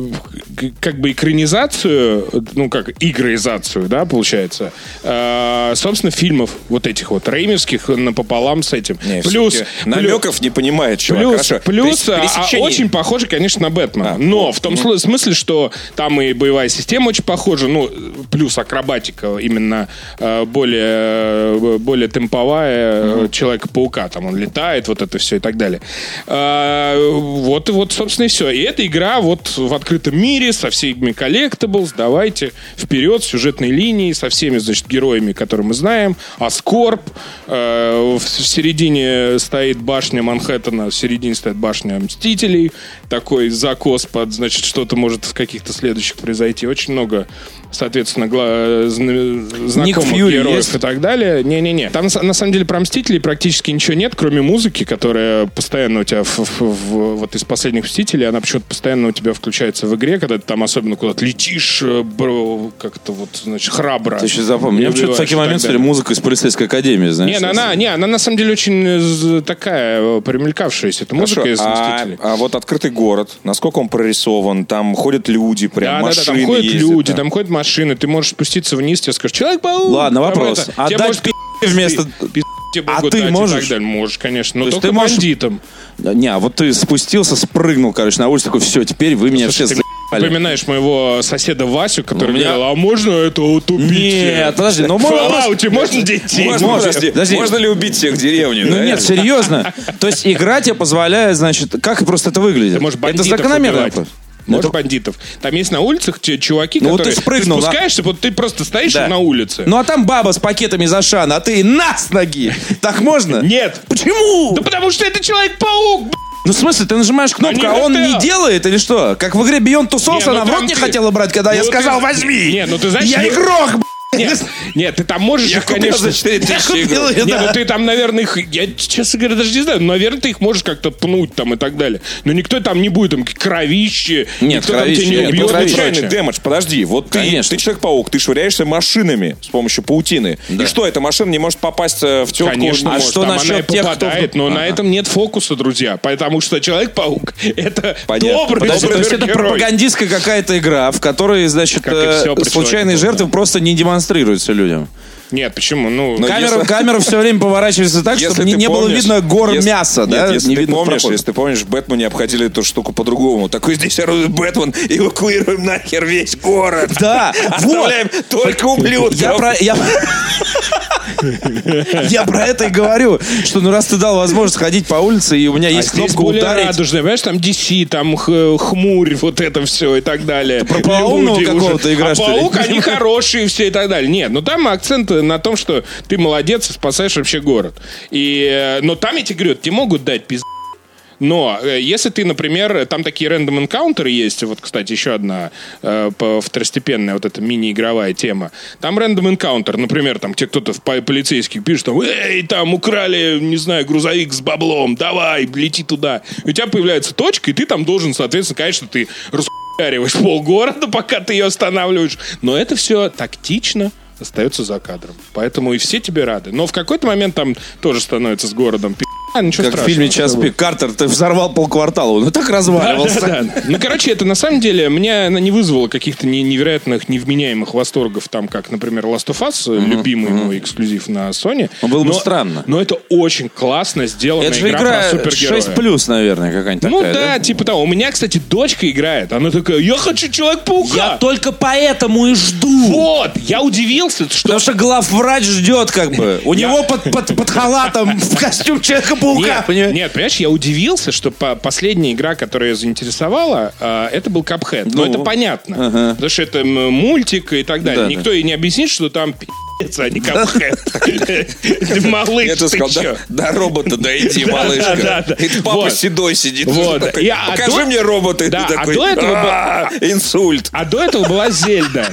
Speaker 2: к- как бы экранизацию, э, ну как игроизацию, да, получается. Э, собственно, фильмов вот этих вот реймерских напополам с этим.
Speaker 4: Не,
Speaker 2: плюс
Speaker 4: всё-таки
Speaker 2: плю-
Speaker 4: намеков не понимает чувак.
Speaker 2: Плюс,
Speaker 4: Хорошо.
Speaker 2: плюс
Speaker 4: Перес-
Speaker 2: а, а,
Speaker 4: пересечение-
Speaker 2: очень похоже, конечно, на Бэтмена. Ну,
Speaker 4: А,
Speaker 2: Но в том сло- смысле, что там и боевая система очень похожа, ну, плюс акробатика именно э, более, э, более темповая э, Человека-паука. Там он летает, вот это все и так далее. А, вот, и вот, собственно, и все. И эта игра вот в открытом мире со всеми коллектаблс. Давайте вперед, сюжетной линии, со всеми, значит, героями, которые мы знаем. Аскорб. э, в в середине стоит башня Манхэттена, в середине стоит башня Мстителей. Такой закос под, значит, что-то может в каких-то следующих произойти. Очень много, соответственно, гла- зна- знакомых
Speaker 1: Фьюри
Speaker 2: героев
Speaker 1: есть?
Speaker 2: и так далее. Не-не-не. Там, на- на самом деле, про Мстителей практически ничего нет, кроме музыки, которая постоянно у тебя в- в- в- вот из последних Мстителей, она почему-то постоянно у тебя включается в игре, когда ты там особенно куда-то летишь, э, бро, как-то вот, значит, храбро.
Speaker 1: Ты еще запомни. Мне
Speaker 2: И
Speaker 1: почему-то в
Speaker 2: убиваешь
Speaker 1: такие
Speaker 2: и так
Speaker 1: моменты
Speaker 2: далее.
Speaker 1: музыка из полицейской академии, знаешь.
Speaker 2: Не, ну она, не, она на самом деле очень э, з- такая э, примелькавшаяся. Это музыка
Speaker 4: Хорошо,
Speaker 2: из
Speaker 4: а,
Speaker 2: «Мстителей».
Speaker 4: а вот открытый город, насколько он прорисован, там ходят люди, прям
Speaker 2: Да, да, да,
Speaker 4: машины
Speaker 2: там ходят
Speaker 4: ездят,
Speaker 2: люди,
Speaker 4: да.
Speaker 2: там ходят машины, ты можешь спуститься вниз, тебе скажут, человек паук
Speaker 1: Ладно, вопрос. Отдать пи***» вместо... А ты можешь?
Speaker 2: Можешь, конечно, но
Speaker 1: То есть
Speaker 2: только
Speaker 1: ты можешь-
Speaker 2: бандитом.
Speaker 1: Не, а вот ты спустился, спрыгнул, короче, на улицу, такой, все, теперь вы меня все
Speaker 2: Слушай, ты
Speaker 1: за***ли».
Speaker 2: Напоминаешь моего соседа Васю, который
Speaker 1: Ну, у меня-
Speaker 2: говорил, а можно это утупить?
Speaker 1: Нет, подожди, ну
Speaker 2: В
Speaker 1: мой вопрос-
Speaker 2: Fallout'е можно детей?
Speaker 4: Можно,
Speaker 1: Можно,
Speaker 4: подожди,
Speaker 1: подожди.
Speaker 4: можно ли убить всех в деревне?
Speaker 1: Ну
Speaker 4: да?
Speaker 1: нет, серьезно. То есть игра тебе позволяет, значит, как просто это выглядит?
Speaker 2: Ты можешь
Speaker 1: это
Speaker 2: бандитов
Speaker 1: закономерный
Speaker 2: убивать.
Speaker 1: вопрос.
Speaker 2: Можешь
Speaker 1: Это-
Speaker 2: бандитов. Там есть на улицах те чуваки,
Speaker 1: Ну, вот
Speaker 2: которые...
Speaker 1: ты спрыгнул, да?
Speaker 2: спускаешься, вот ты просто стоишь
Speaker 1: Да.
Speaker 2: на улице.
Speaker 1: Ну а там баба с пакетами из Ашана, а ты и на с ноги. Так можно?
Speaker 2: Нет.
Speaker 1: Почему?
Speaker 2: Да потому что это Человек-паук, б***ь.
Speaker 1: Ну в смысле, ты нажимаешь кнопку,
Speaker 2: Они
Speaker 1: а он
Speaker 2: хотят.
Speaker 1: не делает или что? Как в игре Beyond Two Souls
Speaker 2: Не, ну
Speaker 1: она в рот
Speaker 2: там
Speaker 1: не
Speaker 2: ты-
Speaker 1: хотела брать, когда я
Speaker 2: Ну, ты-
Speaker 1: сказал возьми.
Speaker 2: Не, ну ты знаешь,
Speaker 1: Я
Speaker 2: ну-
Speaker 1: игрок, б***ь.
Speaker 2: Нет, нет, ты там можешь, их,
Speaker 4: купил
Speaker 2: конечно...
Speaker 4: за 4 тысячи игру.
Speaker 1: Купил её,
Speaker 2: Не,
Speaker 1: да.
Speaker 2: ну ты там, наверное, их... Я, честно говоря, даже не знаю. Ну, Наверное, ты их можешь как-то пнуть там и так далее. Но никто там не будет, там, кровище.
Speaker 1: Нет,
Speaker 2: никто
Speaker 1: кровище
Speaker 2: там тебя
Speaker 1: нет,
Speaker 2: не
Speaker 1: ну,
Speaker 2: убьет.
Speaker 1: кровище
Speaker 2: и
Speaker 4: Случайный
Speaker 2: прочее.
Speaker 4: дэмэдж, подожди, вот ты,
Speaker 1: Конечно.
Speaker 4: ты человек-паук, ты швыряешься машинами с помощью паутины. И что, эта машина не может попасть э, в тетку?
Speaker 2: Конечно,
Speaker 1: А
Speaker 2: может.
Speaker 1: что
Speaker 2: Там
Speaker 1: насчет
Speaker 2: она и
Speaker 1: тех, кто-
Speaker 2: попадает, но на этом нет фокуса, друзья. Потому что Человек-паук — это
Speaker 4: Понятно.
Speaker 2: добрый
Speaker 1: Подожди, то есть это
Speaker 2: супергерой.
Speaker 1: пропагандистская какая-то игра, в которой, значит,
Speaker 2: Как и
Speaker 1: э,
Speaker 2: всё про
Speaker 1: случайные
Speaker 2: человека,
Speaker 1: жертвы просто не демонстрируются людям.
Speaker 2: Нет, почему? Ну,
Speaker 4: Но
Speaker 1: Камера,
Speaker 4: если-
Speaker 1: камера все время поворачивается так, чтобы не,
Speaker 4: ты
Speaker 1: не было
Speaker 4: помнишь-
Speaker 1: видно гор
Speaker 4: если-
Speaker 1: мяса,
Speaker 4: Нет,
Speaker 1: да?
Speaker 4: Если
Speaker 1: не
Speaker 4: ты
Speaker 1: видно в
Speaker 4: помнишь,
Speaker 1: проходе.
Speaker 4: если ты помнишь, в Бэтмене обходили эту штуку по-другому. Такой здесь орудует Бэтмен, эвакуируем нахер весь город.
Speaker 1: Да, вот.
Speaker 4: Оставляем только ублюдков.
Speaker 1: Я про, я... я про это и говорю, что ну раз ты дал возможность ходить по улице, и у меня есть
Speaker 2: а здесь
Speaker 1: кнопка
Speaker 2: более
Speaker 1: ударить.
Speaker 2: радужная, понимаешь, там DC, там х- хмурь, вот это все и так далее. Про
Speaker 1: полоумного какого-то игра,
Speaker 2: а
Speaker 1: что ли?
Speaker 2: паук, они хорошие все и так далее. Нет, ну там акцент на том, что ты молодец, спасаешь вообще город. И, э, но там, я тебе говорю, тебе могут дать пиздец. Но э, если ты, например, э, там такие рандом энкаунтеры есть, вот, кстати, еще одна э, по- второстепенная вот эта мини-игровая тема. Там рандом энкаунтер, например, там тебе кто-то в по- полицейских пишет, там, эй, там украли, не знаю, грузовик с баблом, давай, лети туда. И у тебя появляется точка, и ты там должен, соответственно, конечно, ты расхуяриваешь полгорода, пока ты ее останавливаешь. Но это все тактично остается за кадром. Поэтому и все тебе рады. Но в какой-то момент там тоже становится с городом пи***, а, ничего
Speaker 1: Как в
Speaker 2: страшного.
Speaker 1: фильме «Час пик». Картер, ты взорвал полквартала. Ну так разваливался.
Speaker 2: Да, да. Ну, короче, это на самом деле меня она не вызвала каких-то не- невероятных, невменяемых восторгов, там, как, например, Last of Us, любимый мой эксклюзив на Sony.
Speaker 1: Ну, было бы
Speaker 2: Но-
Speaker 1: странно.
Speaker 2: Но это очень классно сделанная
Speaker 1: Это же
Speaker 2: игра,
Speaker 1: игра
Speaker 2: про супергероя.
Speaker 1: 6 плюс, наверное, какая-нибудь
Speaker 2: Ну
Speaker 1: такая,
Speaker 2: да, типа того. У меня, кстати, дочка играет. Она такая, я хочу Человек-паука.
Speaker 5: Я только поэтому и жду.
Speaker 2: Вот, я удивился, что...
Speaker 1: Потому что главврач ждет, как бы. У
Speaker 2: Я-
Speaker 1: него под, под, под халатом в костюм Человека-паука.
Speaker 2: Нет,
Speaker 1: понимаешь?
Speaker 2: нет, понимаешь, я удивился, что по- последняя игра, которая ее заинтересовала, а, это был Капхед. Но
Speaker 1: Ну,
Speaker 2: это понятно.
Speaker 1: ага.
Speaker 2: Потому что это м, мультик и так далее.
Speaker 1: Да, да.
Speaker 2: Никто и не объяснит, что там пи***ц, а не Капхед. Малыш,
Speaker 4: Я
Speaker 2: ты
Speaker 4: тебе сказал,
Speaker 2: чё?
Speaker 4: да, до робота дойди,
Speaker 2: Да,
Speaker 4: малышка.
Speaker 2: да, да, да.
Speaker 4: И папа
Speaker 2: Вот.
Speaker 4: седой сидит.
Speaker 2: Вот.
Speaker 4: Такой,
Speaker 2: И, а
Speaker 4: Покажи
Speaker 2: до-
Speaker 4: мне робота. И
Speaker 2: Да,
Speaker 4: ты
Speaker 2: а
Speaker 4: такой,
Speaker 2: до этого была-
Speaker 4: «А, Инсульт.
Speaker 2: А до этого была Зельда.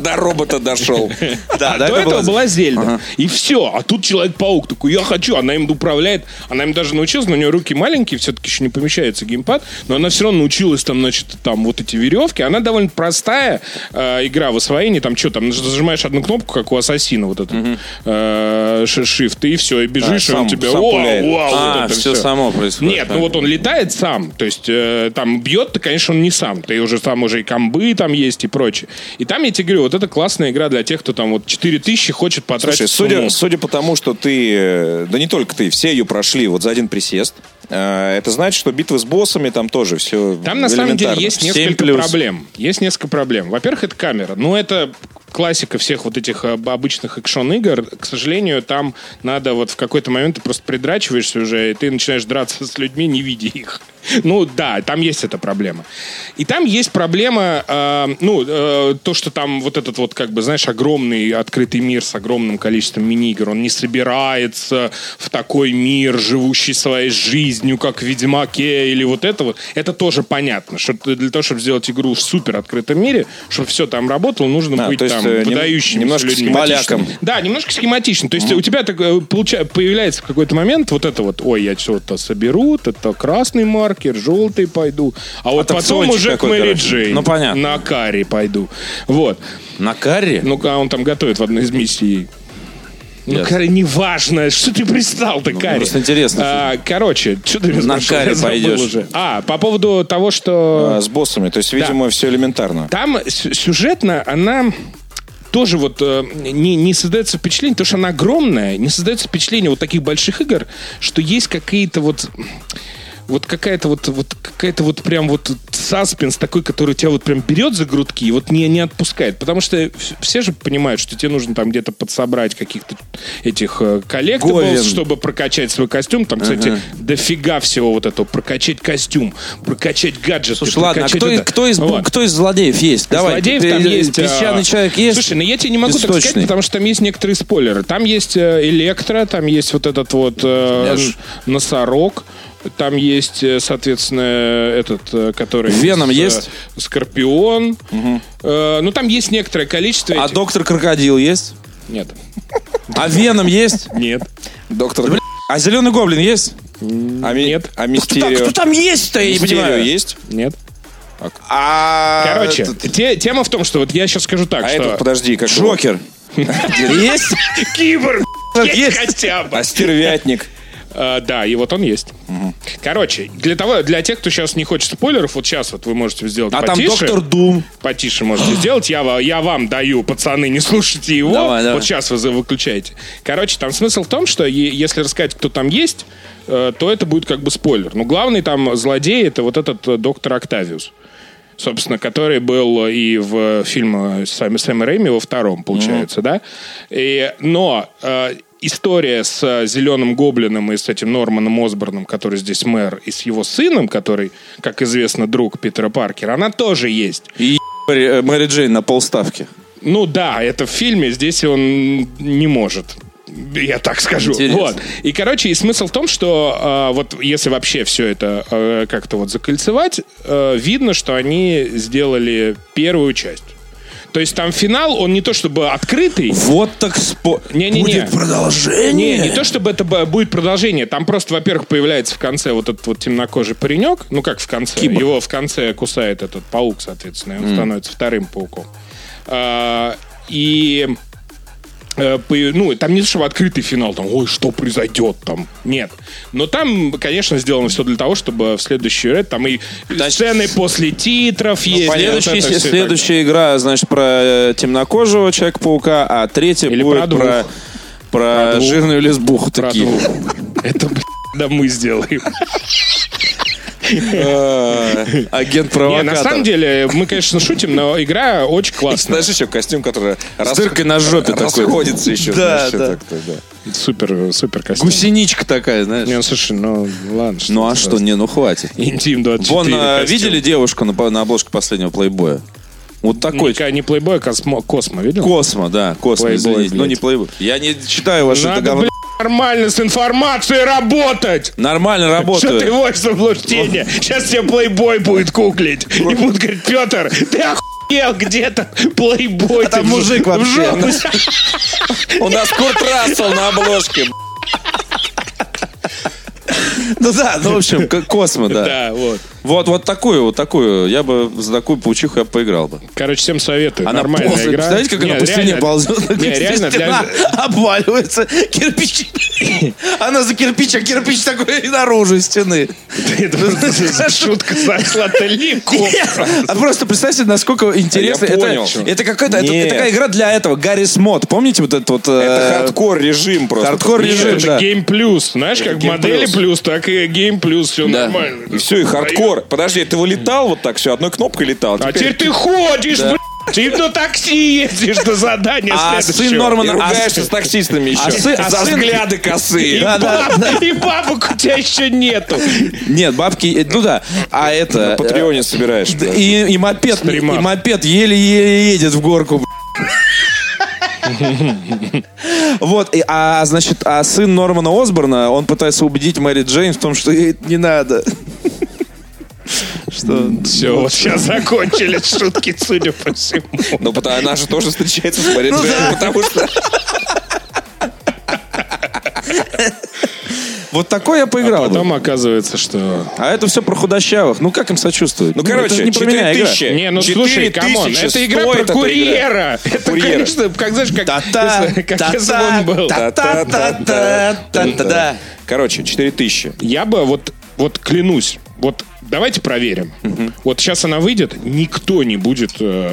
Speaker 4: До робота дошел.
Speaker 1: Да, да,
Speaker 2: А до
Speaker 1: это
Speaker 2: этого
Speaker 1: было.
Speaker 2: была Зельда. И все. А тут Человек-паук такой, я хочу. Она им управляет. Она им даже научилась, но у нее руки маленькие, все-таки еще не помещается геймпад. Но она все равно научилась там, значит, там вот эти веревки. Она довольно простая э, игра в освоении. Там что, там наж- зажимаешь одну кнопку, как у Ассасина, вот этот э, ш- shift, и все, и бежишь, и
Speaker 1: А, сам-
Speaker 2: он тебя...
Speaker 1: сам
Speaker 2: «Вау,
Speaker 1: пуляет».
Speaker 2: вау», вот
Speaker 1: А,
Speaker 2: это
Speaker 1: всё
Speaker 2: всё.
Speaker 1: само происходит,
Speaker 2: Нет,
Speaker 1: да.
Speaker 2: ну вот он летает сам, то есть э, там бьет-то, конечно, он не сам. Ты уже там уже и комбы там есть и прочее. И там, я тебе говорю, вот это классная игра для тех, кто там вот 4000 хочет
Speaker 4: Слушай,
Speaker 2: потратить
Speaker 4: судя,
Speaker 2: сумму.
Speaker 4: судя по тому, что ты, э, да не только ты, все ее прошли вот за один присест, э, это значит, что битвы с боссами там тоже все
Speaker 2: Там на самом деле есть
Speaker 1: Семь
Speaker 2: несколько
Speaker 1: плюс.
Speaker 2: проблем. Есть несколько проблем. Во-первых, это камера. Ну, это классика всех вот этих э, обычных экшон-игр. К сожалению, там надо вот в какой-то момент ты просто придрачиваешься уже, и ты начинаешь драться с людьми, не видя их. Ну да, там есть эта проблема. И там есть проблема, э, ну, э, то, что там вот этот вот, как бы, знаешь, огромный открытый мир с огромным количеством мини-игр, он не собирается в такой мир, живущий своей жизнью, как в Ведьмаке или вот это вот. Это тоже понятно, что ты для того, чтобы сделать игру в супер открытом мире, чтобы все там работало, нужно
Speaker 4: А,
Speaker 2: быть
Speaker 4: то есть,
Speaker 2: там
Speaker 4: э, нем-
Speaker 2: выдающимся
Speaker 4: немножко
Speaker 2: людьми.
Speaker 4: схематичным.
Speaker 2: Да, немножко схематично. То есть у тебя так, э, получа- появляется в какой-то момент вот это вот, ой, я что-то соберу, это красный маркер, желтый пойду, а вот потом
Speaker 1: таксончик
Speaker 2: уже к
Speaker 1: такой,
Speaker 2: Мэри
Speaker 1: короче.
Speaker 2: Джейн.
Speaker 1: Ну, понятно.
Speaker 2: На карри пойду. Вот.
Speaker 1: На карре?
Speaker 2: Ну, а он там готовит в одной из миссий. Ну,
Speaker 1: Ясно. Ну,
Speaker 2: карри, неважно, что ты пристал-то, карри.
Speaker 1: просто интересно.
Speaker 2: А, короче, что ты меня
Speaker 1: На
Speaker 2: спрашивал?
Speaker 1: карри
Speaker 2: Я забыл
Speaker 1: пойдешь.
Speaker 2: уже. А, по поводу того, что...
Speaker 4: А, с боссами. То есть, видимо, все элементарно.
Speaker 2: Там сю- сюжетно она тоже вот э, не, не создается впечатление, потому что она огромная, не создается впечатление вот таких больших игр, что есть какие-то вот вот какая-то вот, вот какая-то вот прям вот саспенс такой, который тебя вот прям берет за грудки и вот не, не отпускает. Потому что вс- все же понимают, что тебе нужно там где-то подсобрать каких-то этих э, коллектов,
Speaker 1: Говен.
Speaker 2: чтобы прокачать свой костюм. Там, кстати, дофига всего вот этого. Прокачать костюм, прокачать гаджеты.
Speaker 1: Слушай, ладно, а
Speaker 2: прокачать
Speaker 1: кто,
Speaker 2: это.
Speaker 1: кто, из,
Speaker 2: Вот.
Speaker 1: кто из злодеев есть? Давай.
Speaker 2: Злодеев
Speaker 1: ты- э,
Speaker 2: там
Speaker 1: ты-
Speaker 2: есть. а,
Speaker 1: Песчаный человек есть?
Speaker 2: Слушай, ну я тебе не могу так
Speaker 1: Песочный.
Speaker 2: сказать, потому что там есть некоторые спойлеры. Там есть э, Электро, там есть вот этот вот э,
Speaker 1: Флэш.
Speaker 2: н- Носорог, там есть, э, соответственно, этот, э, который...
Speaker 1: Веном
Speaker 2: с, э,
Speaker 1: есть?
Speaker 2: Скорпион. Э, ну, там есть некоторое количество...
Speaker 1: А
Speaker 2: этих-
Speaker 1: доктор Крокодил есть?
Speaker 2: Нет.
Speaker 1: А Веном есть?
Speaker 2: Нет.
Speaker 4: Доктор
Speaker 1: А Зеленый Гоблин есть?
Speaker 4: а, ми-
Speaker 2: нет.
Speaker 4: а
Speaker 1: Так,
Speaker 4: Мистерио?
Speaker 1: кто там есть-то? Я не
Speaker 4: Мистерио
Speaker 1: понимаю.
Speaker 4: есть?
Speaker 2: Нет.
Speaker 1: А...
Speaker 2: Короче,
Speaker 1: тут-
Speaker 2: те- тема в том, что вот я сейчас скажу так,
Speaker 4: А
Speaker 2: что...
Speaker 4: этот, подожди, как его?
Speaker 1: Джокер. Есть?
Speaker 2: Киборг!
Speaker 1: Есть.
Speaker 2: Хотя бы!
Speaker 4: А стервятник?
Speaker 2: Э, да, и вот он есть. Короче, для того, для тех, кто сейчас не хочет спойлеров, вот сейчас вот вы можете сделать
Speaker 1: А там
Speaker 2: потише.
Speaker 1: доктор Дум.
Speaker 2: Потише можете сделать. Я, ва- я вам даю, пацаны, не слушайте его.
Speaker 1: Давай, давай.
Speaker 2: Вот сейчас вы за- выключаете. Короче, там смысл в том, что е- если рассказать, кто там есть, э, то это будет как бы спойлер. Но главный там злодей это вот этот э, доктор Октавиус. Собственно, который был и в э, фильме Сэма, Сэма Рэйми во втором, получается, да? И, но э, история с э, Зеленым Гоблином и с этим Норманом Осборном, который здесь мэр, и с его сыном, который, как известно, друг Питера Паркера, она тоже есть.
Speaker 1: И Мэри, э, Мэри Джейн на полставки.
Speaker 2: Ну да, это в фильме, здесь он не может. Я так скажу.
Speaker 1: Интересно.
Speaker 2: Вот. И, короче, и смысл в том, что э, вот если вообще все это э, как-то вот закольцевать, э, видно, что они сделали первую часть. То есть там финал, он не то чтобы открытый.
Speaker 1: Вот так спо...
Speaker 2: Не-не-не.
Speaker 1: Будет продолжение.
Speaker 2: Не, не то чтобы это б- будет продолжение. Там просто, во-первых, появляется в конце вот этот вот темнокожий паренек. Ну как в конце? Его в конце кусает этот паук, соответственно, и он становится вторым пауком. А, и э, по- ну, там не то, чтобы открытый финал, там, ой, что произойдет там. Нет. Но там, конечно, сделано все для того, чтобы в следующий ряд там и сцены после титров
Speaker 1: ну,
Speaker 2: есть. вот
Speaker 1: Следующая,
Speaker 2: Ну, это всё и так далее.
Speaker 1: следующая игра, значит, про э, темнокожего Человека-паука, а третья
Speaker 2: Или
Speaker 1: будет
Speaker 2: про двух.
Speaker 1: про, про
Speaker 2: двух.
Speaker 1: жирную лесбуху.
Speaker 2: Про
Speaker 1: такие.
Speaker 2: двух. Это, блядь, да мы сделаем.
Speaker 1: Э, Агент
Speaker 2: Не,
Speaker 1: провокатор.
Speaker 2: на самом деле, мы, конечно, шутим, но игра очень классная.
Speaker 4: Знаешь, еще костюм, который...
Speaker 1: С дыркой на жопе такой.
Speaker 4: Расходится еще.
Speaker 1: Да,
Speaker 4: знаешь,
Speaker 1: да.
Speaker 4: так-то, да.
Speaker 2: Супер, супер костюм.
Speaker 1: Гусеничка такая, знаешь.
Speaker 2: Не, ну, слушай, ну ладно.
Speaker 1: Ну а
Speaker 2: ты
Speaker 1: что,
Speaker 2: сразу.
Speaker 1: не, ну хватит.
Speaker 2: Интим 24.
Speaker 1: Вон, э,
Speaker 2: костюм.
Speaker 1: видели девушку на, по- на обложке последнего плейбоя? Вот такой.
Speaker 2: Никакая не плейбой, а Ну, космо, Космо, видел?
Speaker 1: Космо, да, Космо,
Speaker 2: Playboy,
Speaker 1: извините. Ну,
Speaker 2: блядь.
Speaker 1: не плейбой. Я не читаю ваше это
Speaker 2: Надо,
Speaker 1: говно.
Speaker 2: блядь, нормально с информацией работать!
Speaker 1: Нормально
Speaker 2: Что ты
Speaker 1: работаю.
Speaker 2: вводишь в заблуждение? Сейчас тебе плейбой будет куклить. И будут говорить, Петр, ты охуел, где то плейбой?
Speaker 1: А там
Speaker 2: ты в-
Speaker 1: мужик
Speaker 2: в
Speaker 1: вообще.
Speaker 2: жопу с-
Speaker 4: У нас Курт Рассел на обложке.
Speaker 1: Ну да, ну в общем, к- Космо, да.
Speaker 2: Да, вот.
Speaker 1: Вот, вот такую, вот такую. Я бы за такую паучиху я бы поиграл бы.
Speaker 2: Короче, всем советую.
Speaker 1: Она
Speaker 2: Нормальная
Speaker 1: ползает.
Speaker 2: игра.
Speaker 1: Представляете, как
Speaker 2: Не,
Speaker 1: она по стене
Speaker 2: реально-
Speaker 1: ползет?
Speaker 2: Не, реально,
Speaker 1: Стена
Speaker 2: для,
Speaker 1: обваливается кирпич. Она за кирпич, а кирпич такой и наружу из стены.
Speaker 2: Это просто шутка сошла далеко.
Speaker 1: А просто представьте, насколько интересно.
Speaker 4: Я
Speaker 1: это,
Speaker 4: понял.
Speaker 1: это какая-то это-
Speaker 4: Нет.
Speaker 1: это такая игра для этого. Гаррис Мод. Помните вот этот вот... э,
Speaker 4: Это хардкор режим просто.
Speaker 1: Хардкор режим,
Speaker 2: Это
Speaker 1: да.
Speaker 2: гейм плюс. Знаешь, как
Speaker 4: Game
Speaker 2: модели
Speaker 4: Plus.
Speaker 2: плюс, так и гейм плюс. Все
Speaker 1: Да.
Speaker 2: нормально.
Speaker 4: И все, и хардкор. Подожди, ты вылетал вот так все, одной кнопкой летал.
Speaker 2: А теперь ты ходишь, блядь, и на такси ездишь до задания
Speaker 1: А сын
Speaker 2: следующего.
Speaker 4: и
Speaker 1: Нормана... а с-
Speaker 4: ругаешься с таксистами еще.
Speaker 1: а сы- а
Speaker 4: За
Speaker 1: сын-
Speaker 4: взгляды косые.
Speaker 2: И,
Speaker 1: Да, да,
Speaker 2: баб- и бабок у тебя еще нету.
Speaker 1: Нет, бабки... э, Ну да. А это...
Speaker 4: На Патреоне собираешь.
Speaker 1: э,
Speaker 4: да.
Speaker 1: И, и мопед, и
Speaker 2: Стримап.
Speaker 1: мопед еле-еле едет в горку. б***. Вот, и- а значит, а сын Нормана Осборна, он пытается убедить Мэри Джейн в том, что ей это не надо. Что?
Speaker 2: Все, вот сейчас закончили шутки, судя по всему.
Speaker 4: Ну, потому она же тоже встречается с Мэри Джейн, потому что...
Speaker 1: Вот такой я
Speaker 4: А
Speaker 1: поиграл бы.
Speaker 2: Потом оказывается, что...
Speaker 1: А это все про худощавых. Ну как им сочувствовать?
Speaker 4: Ну, короче,
Speaker 1: это не про меня игра.
Speaker 4: 4000.
Speaker 2: Не, ну слушай, камон,
Speaker 4: 4000
Speaker 2: это игра
Speaker 4: стоит
Speaker 2: про
Speaker 4: эта
Speaker 2: курьера. Это,
Speaker 4: Курьера.
Speaker 2: конечно, как знаешь, как
Speaker 1: Та-та,
Speaker 2: если- как
Speaker 1: та-та,
Speaker 2: если бы он был.
Speaker 1: та-та-та-та, та-та-да.
Speaker 4: Короче, 4000.
Speaker 2: Я бы вот, вот клянусь, вот давайте проверим. Вот сейчас она выйдет, никто не будет э,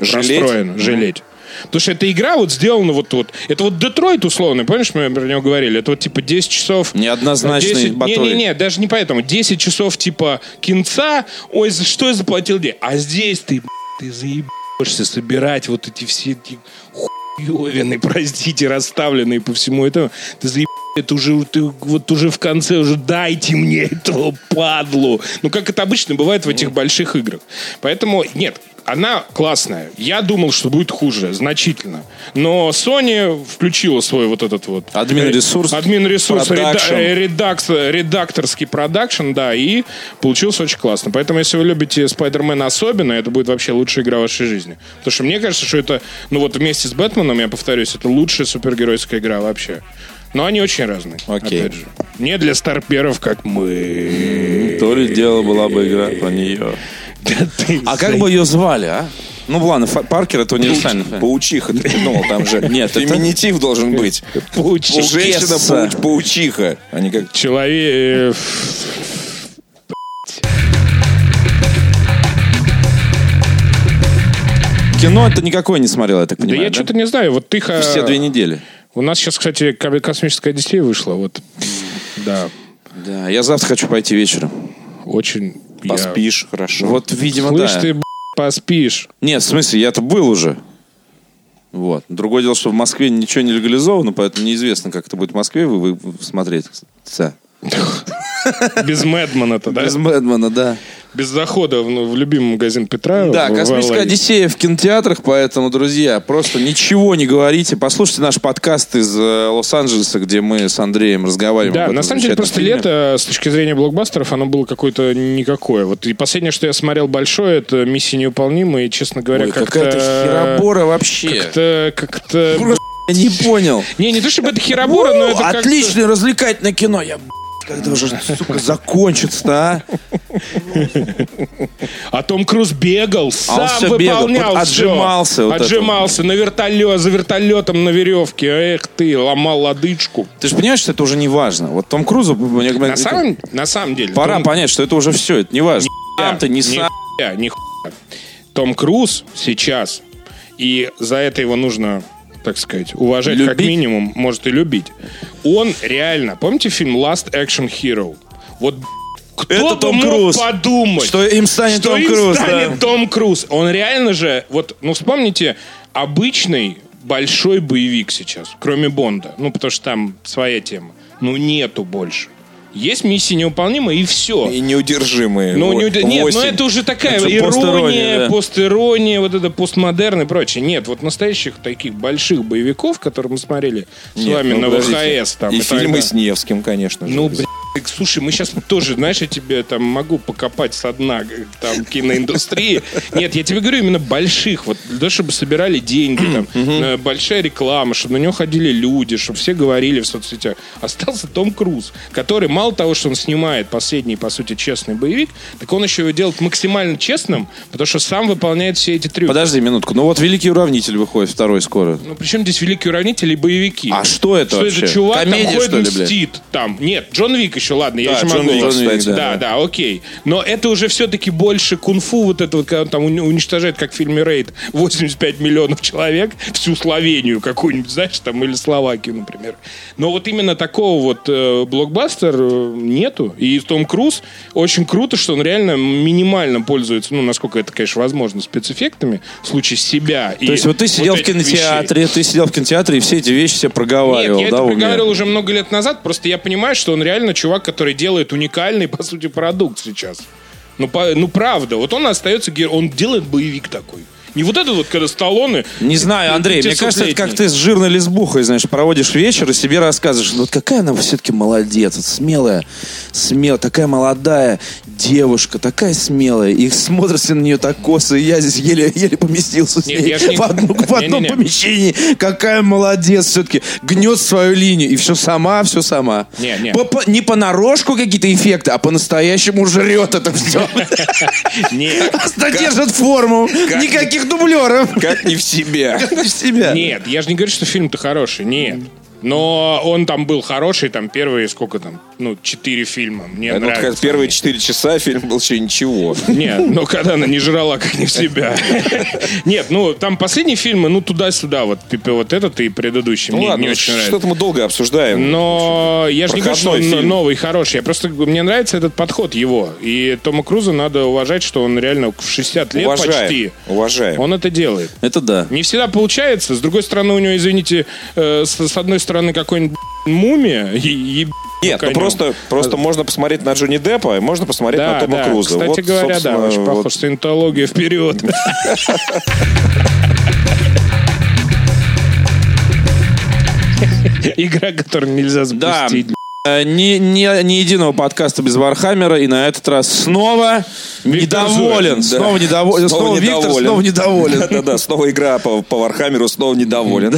Speaker 4: Жалеть?
Speaker 2: расстроен, жалеть. Потому что эта игра вот сделана вот вот. Это вот Детройт условно, помнишь, мы про него говорили? Это вот типа 10 часов...
Speaker 1: Неоднозначный
Speaker 2: 10
Speaker 1: батой.
Speaker 2: Не-не-не, даже не поэтому. 10 часов типа кинца, ой, за что я заплатил деньги? А здесь ты, б***ь, ты заебешься собирать вот эти все эти хуевины, простите, расставленные по всему этому. Ты заеб... Это уже, ты, вот уже в конце уже дайте мне этого падлу. Ну, как это обычно бывает в этих больших играх. Поэтому, нет, она классная. Я думал, что будет хуже, значительно. Но Sony включила свой вот этот вот...
Speaker 1: Админресурс.
Speaker 2: Админресурс,
Speaker 1: Продакшн.
Speaker 2: реда- э, редакс- редакторский продакшн, да, и получился очень классно. Поэтому, если вы любите Спайдермена особенно, это будет вообще лучшая игра в вашей жизни. Потому что мне кажется, что это, ну вот вместе с Бэтменом, я повторюсь, это лучшая супергеройская игра вообще. Но они очень разные.
Speaker 1: Окей.
Speaker 2: опять же. Не для старперов, как мы. э.
Speaker 1: То ли дело была бы игра про нее.
Speaker 2: Да ты
Speaker 1: А как бы ее звали, а? Ну ладно, Фа- Паркер это универсальный.
Speaker 4: Ну, Паучиха, ты придумал, там же
Speaker 1: Нет, это-
Speaker 4: феминитив должен быть.
Speaker 2: Паучиха.
Speaker 4: Женщина пауч- паучиха. Они как
Speaker 2: Человек... э,
Speaker 1: Кино это никакое не смотрел, я так
Speaker 2: Да
Speaker 1: понимаю.
Speaker 2: я что-то не знаю, вот тихо...
Speaker 1: Все две недели.
Speaker 2: У нас сейчас, кстати, ко- «Космическая Одиссея» вышла, вот. Да,
Speaker 1: Да, я завтра хочу пойти вечером.
Speaker 2: очень... я-
Speaker 4: поспишь, хорошо.
Speaker 1: Вот, видимо,
Speaker 2: Слышь,
Speaker 1: да.
Speaker 2: ты, б***ь, поспишь.
Speaker 1: Нет, в смысле, я-то был уже. Вот. Другое дело, что в Москве ничего не легализовано, поэтому неизвестно, как это будет в Москве вы, вы- смотреть. Да.
Speaker 2: Без Мэдмана-то, да?
Speaker 1: Без Мэдмана, да.
Speaker 2: Без захода в, в любимый магазин Петра.
Speaker 1: Да,
Speaker 2: в- в
Speaker 1: «Космическая
Speaker 2: Алай.
Speaker 1: Одиссея» в кинотеатрах, поэтому, друзья, просто ничего не говорите. Послушайте наш подкаст из э, Лос-Анджелеса, где мы с Андреем разговариваем. об
Speaker 2: Да,
Speaker 1: этом
Speaker 2: на самом
Speaker 1: замечательном
Speaker 2: деле просто
Speaker 1: фильме.
Speaker 2: лето э, с точки зрения блокбастеров оно было какое-то никакое. Вот и последнее, что я смотрел большое, это «Миссия неуполнима», и, честно говоря,
Speaker 1: Ой,
Speaker 2: как-то...
Speaker 1: какая-то херобора вообще.
Speaker 2: Как-то... как-то... ну,
Speaker 1: Я не понял.
Speaker 2: Не, не то чтобы это херобора, но это как-то-
Speaker 1: Отличное развлекательное кино. Я, б***ь, когда уже, сука, закончится-то, а?
Speaker 2: А Том Круз бегал, сам
Speaker 1: А всё бегал,
Speaker 2: выполнял
Speaker 1: вот
Speaker 2: всё.
Speaker 1: отжимался вот это.
Speaker 2: отжимался на вертолет, за вертолетом на веревке. Эх ты, ломал лодыжку.
Speaker 1: Ты же понимаешь, что это уже не важно. Вот Том Крузу... мне-
Speaker 2: На самом, на самом деле...
Speaker 1: Пора
Speaker 2: Том-
Speaker 1: понять, что это уже все, это не важно. Сам ты не сам.
Speaker 2: Нихуя, нихуя. Том Круз сейчас, и за это его нужно, так сказать, уважать как
Speaker 1: Любить?
Speaker 2: минимум, может и любить. Он реально, помните фильм Last Action Hero? Вот б***ь, кто
Speaker 1: Это
Speaker 2: бы
Speaker 1: Том
Speaker 2: мог
Speaker 1: Круз.
Speaker 2: подумать,
Speaker 1: Что им станет
Speaker 2: что
Speaker 1: Том
Speaker 2: им
Speaker 1: Круз,
Speaker 2: станет
Speaker 1: да.
Speaker 2: Том Круз. Он реально же, вот, ну вспомните, обычный большой боевик сейчас, кроме Бонда. Ну, потому что там своя тема. Ну, нету больше. Есть миссия неуполнима, и все.
Speaker 4: И неудержимые.
Speaker 2: Ну,
Speaker 4: Во-
Speaker 2: не удив- Нет, ну
Speaker 4: восемь.
Speaker 2: это уже такая
Speaker 1: Это
Speaker 2: ирония,
Speaker 1: постерония, да.
Speaker 2: постерония, вот это постмодерн и прочее. Нет, вот настоящих таких больших боевиков, которые мы смотрели с
Speaker 4: Нет,
Speaker 2: вами
Speaker 4: ну,
Speaker 2: на
Speaker 4: подождите.
Speaker 2: ВХС. Там,
Speaker 4: И
Speaker 2: так
Speaker 4: фильмы
Speaker 2: далее.
Speaker 4: с Невским, конечно же.
Speaker 2: Ну, блядь, так, слушай, мы сейчас тоже, знаешь, я тебе там могу покопать со дна э, там киноиндустрии. Нет, я тебе говорю именно больших, вот, для того, чтобы собирали деньги, там, э, большая реклама, чтобы на него ходили люди, чтобы все говорили в соцсетях. Остался Том Круз, который мало того, что он снимает последний, по сути, честный боевик, так он еще его делает максимально честным, потому что сам выполняет все эти трюки.
Speaker 1: Подожди минутку. Ну вот «Великий уравнитель» выходит второй скоро.
Speaker 2: Ну, причем здесь великий уравнитель и боевики.
Speaker 1: А что это
Speaker 2: Что
Speaker 1: вообще?
Speaker 2: это чувак
Speaker 1: Комедия,
Speaker 2: там ходит,
Speaker 1: что ли, блядь?
Speaker 2: мстит там. Нет, Джон Вик еще, ладно, я
Speaker 4: Да,
Speaker 2: еще
Speaker 4: Джон
Speaker 2: могу.
Speaker 4: Вик,
Speaker 1: Джон Вик,
Speaker 2: да,
Speaker 1: да,
Speaker 2: да, окей. Но это уже все-таки больше кунг-фу, вот это вот, когда он там уни- уничтожает, как в фильме «Рейд», 85 миллионов человек, всю Словению какую-нибудь, знаешь, там, или Словакию, например. Но вот именно такого вот э, блокбастер э, нету. И Том Круз, очень круто, что он реально минимально пользуется, ну, насколько это, конечно, возможно, спецэффектами, в случае себя.
Speaker 1: То есть вот ты сидел в кинотеатре, ты сидел в кинотеатре и все эти вещи себе проговаривал,
Speaker 2: Нет, я
Speaker 1: да,
Speaker 2: это
Speaker 1: в уме?
Speaker 2: проговаривал уже много лет назад, просто я понимаю, что он реально чувак, который делает уникальный, по сути, продукт сейчас. Ну, по- ну правда, вот он остается героем, он делает боевик такой. Не вот этот вот, когда Сталлоне...
Speaker 1: Не знаю, Андрей, мне кажется, это как ты с жирной лесбухой, знаешь, проводишь вечер и себе рассказываешь, ну вот какая она все-таки молодец, вот смелая, смелая, такая молодая девушка, такая смелая, и смотришься на нее так косо, и я здесь еле, еле поместился с
Speaker 2: Нет,
Speaker 1: ней
Speaker 2: я ж не-
Speaker 1: в, одну- в одном
Speaker 2: Не-не-не.
Speaker 1: помещении, какая молодец все-таки, гнет свою линию, и все сама, все сама.
Speaker 2: Не, не.
Speaker 1: По- по- не понарошку какие-то эффекты, а по-настоящему жрет это все.
Speaker 2: Нет,
Speaker 1: Просто держит форму, никаких дублеров.
Speaker 4: Как не в себя.
Speaker 1: Как в себя.
Speaker 2: нет, я же не говорю, что фильм-то хороший, нет. Но он там был хороший, там первые, сколько там, ну, четыре фильма. Мне
Speaker 4: Ну,
Speaker 2: нравится.
Speaker 4: как первые 4 часа фильм был еще ничего.
Speaker 2: Нет, ну когда она не жрала, как не в себя. Нет, ну там последние фильмы, ну туда-сюда, вот типа вот этот и предыдущий.
Speaker 4: Ну
Speaker 2: мне
Speaker 4: ладно,
Speaker 2: не очень нравится. Ну,
Speaker 4: что-то мы долго обсуждаем.
Speaker 2: Но я же не говорю, что он
Speaker 4: Проходной фильм.
Speaker 2: новый, хороший. Я просто мне нравится этот подход его. И Тома Круза надо уважать, что он реально в 60 лет почти.
Speaker 4: Уважаем. Уважаем.
Speaker 2: Он это делает.
Speaker 1: Это да.
Speaker 2: Не всегда получается. С другой стороны, у него, извините, э, с, с одной стороны какой-нибудь мумия. и- еб-
Speaker 4: Нет, ну
Speaker 2: конем.
Speaker 4: просто, просто можно посмотреть на Джонни Деппа, и можно посмотреть
Speaker 2: Да,
Speaker 4: на Тома
Speaker 2: да.
Speaker 4: Круза.
Speaker 2: Кстати
Speaker 4: Вот,
Speaker 2: говоря, да,
Speaker 4: собственно,
Speaker 2: очень
Speaker 4: вот.
Speaker 2: похож. Саентология вперед. Игра, которую нельзя
Speaker 1: Да.
Speaker 2: запустить.
Speaker 1: Э, Ни, ни, ни единого подкаста без Вархаммера, и на этот раз снова
Speaker 2: Виктор
Speaker 1: недоволен.
Speaker 4: Зуев, да.
Speaker 1: Снова недоволен. Снова, Виктор, снова недоволен.
Speaker 4: Да-да-да, снова игра по, по Вархаммеру, снова недоволен.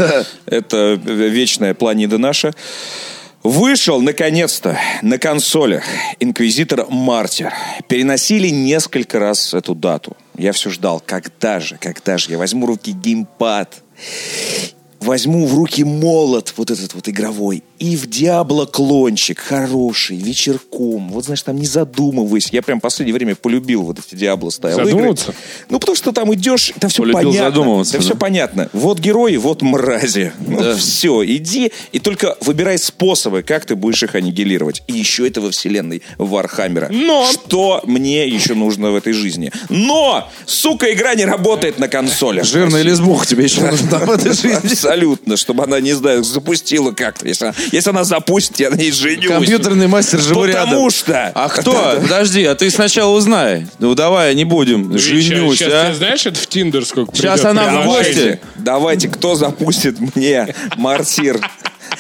Speaker 4: Это вечная планида наша. Вышел, наконец-то, на консолях «Инквизитор Мартир». Переносили несколько раз эту дату. Я все ждал, когда же, когда же я возьму в руки геймпад, возьму в руки молот, вот этот вот игровой, и в Диабло клончик, хороший, вечерком, вот знаешь, там не задумываясь. Я прям в последнее время полюбил вот эти Диабло стайл игры.
Speaker 2: Задумываться?
Speaker 4: Ну, потому что там идешь, там все
Speaker 1: Полюбил
Speaker 4: понятно.
Speaker 1: задумываться,
Speaker 4: Да все
Speaker 1: да.
Speaker 4: понятно. Вот герои, вот мрази. все, иди и только выбирай способы, как ты будешь их аннигилировать. И еще это во вселенной Вархаммера.
Speaker 2: Но!
Speaker 4: Что мне еще нужно в этой жизни? Но! Сука, игра не работает на консолях.
Speaker 1: Жирная лесбуха тебе еще нужна в этой жизни.
Speaker 4: Абсолютно, чтобы она, не знаю, запустила как-то. Если она, если она запустит, я на ней женюсь.
Speaker 1: Компьютерный мастер живу рядом.
Speaker 4: Потому что...
Speaker 1: А кто? Подожди, а ты сначала узнай. Ну давай, не будем. Женюсь,
Speaker 2: Сейчас,
Speaker 1: а?
Speaker 2: ты знаешь, это в Тиндер сколько
Speaker 1: Сейчас
Speaker 2: придет
Speaker 1: она в
Speaker 2: приглашений.
Speaker 1: гости.
Speaker 4: Давайте, кто запустит мне марсир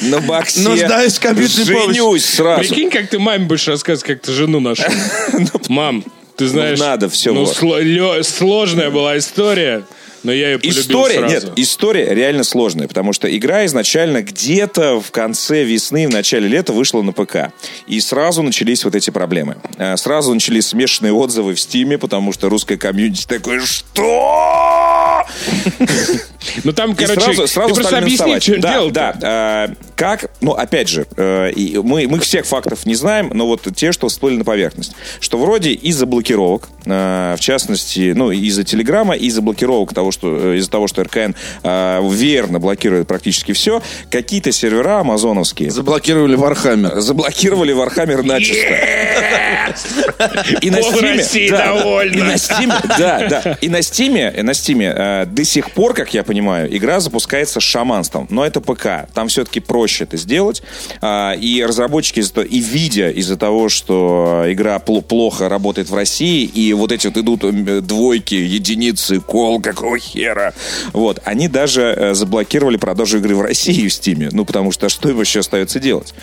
Speaker 4: на боксе?
Speaker 1: Нуждаюсь в компьютерной помощи.
Speaker 4: Женюсь сразу.
Speaker 2: Прикинь, как ты маме будешь рассказывать, как ты жену нашел. Мам, ты знаешь...
Speaker 4: Ну, надо всё
Speaker 2: Ну,
Speaker 4: вот.
Speaker 2: сло- лё- сложная была история, но я ее полюбил
Speaker 4: История,
Speaker 2: сразу.
Speaker 4: нет, история реально сложная, потому что игра изначально где-то в конце весны, в начале лета вышла на ПК. И сразу начались вот эти проблемы. Э, Сразу начались смешанные отзывы в Стиме, потому что русская комьюнити такое, что?
Speaker 2: Ну, там,
Speaker 4: И
Speaker 2: короче,
Speaker 4: сразу, сразу
Speaker 2: ты просто
Speaker 4: стали
Speaker 2: объясни,
Speaker 4: минусовать.
Speaker 2: что
Speaker 4: да,
Speaker 2: делал
Speaker 4: Да, э, как, ну, опять же, э, и мы, мы всех фактов не знаем, но вот те, что всплыли на поверхность. Что вроде из-за блокировок, э, в частности, ну, из-за Телеграма, из-за блокировок того, что, э, из-за того, что РКН э, верно блокирует практически все, какие-то сервера амазоновские
Speaker 1: Заблокировали Вархаммер.
Speaker 4: заблокировали Вархаммер начисто. И
Speaker 2: Пол
Speaker 4: Steam,
Speaker 2: России
Speaker 4: да,
Speaker 2: довольна.
Speaker 4: И на Steam, да, да. И на Steam, и на Steam э, до сих пор, как я понимаю, игра запускается с шаманством. Но это ПК. Там все-таки проще это сделать. А, И разработчики, из-за то- и видя из-за того, что игра пл- плохо работает в России, и вот эти вот идут м, двойки, единицы, кол, какого хера. Вот. Они даже э, заблокировали продажу игры в России в Стиме. Ну, потому что что им еще остается делать?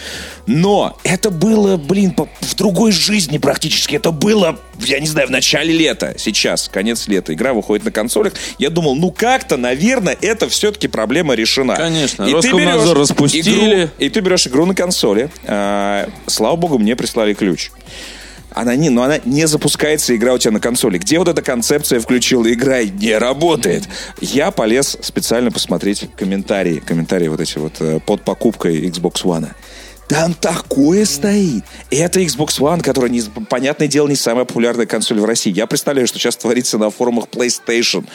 Speaker 4: Но это было, блин, по- в другой жизни практически. Это было, я не знаю, в начале лета. Сейчас, конец лета. Игра выходит на консолях. Я думал, ну как-то, наверное, это все-таки проблема решена.
Speaker 1: Конечно.
Speaker 4: И ты
Speaker 1: Роскомнадзор
Speaker 4: берешь
Speaker 1: распустили.
Speaker 4: игру- и ты берешь игру на консоли. А, слава богу, мне прислали ключ. Она не, но она не запускается, игра у тебя на консоли. Где вот эта концепция включила, игра и не работает. Я полез специально посмотреть комментарии. Комментарии вот эти вот э, под покупкой Xbox One. Там такое стоит. Это Xbox One, которая, не, понятное дело, не самая популярная консоль в России. Я представляю, что сейчас творится на форумах PlayStation.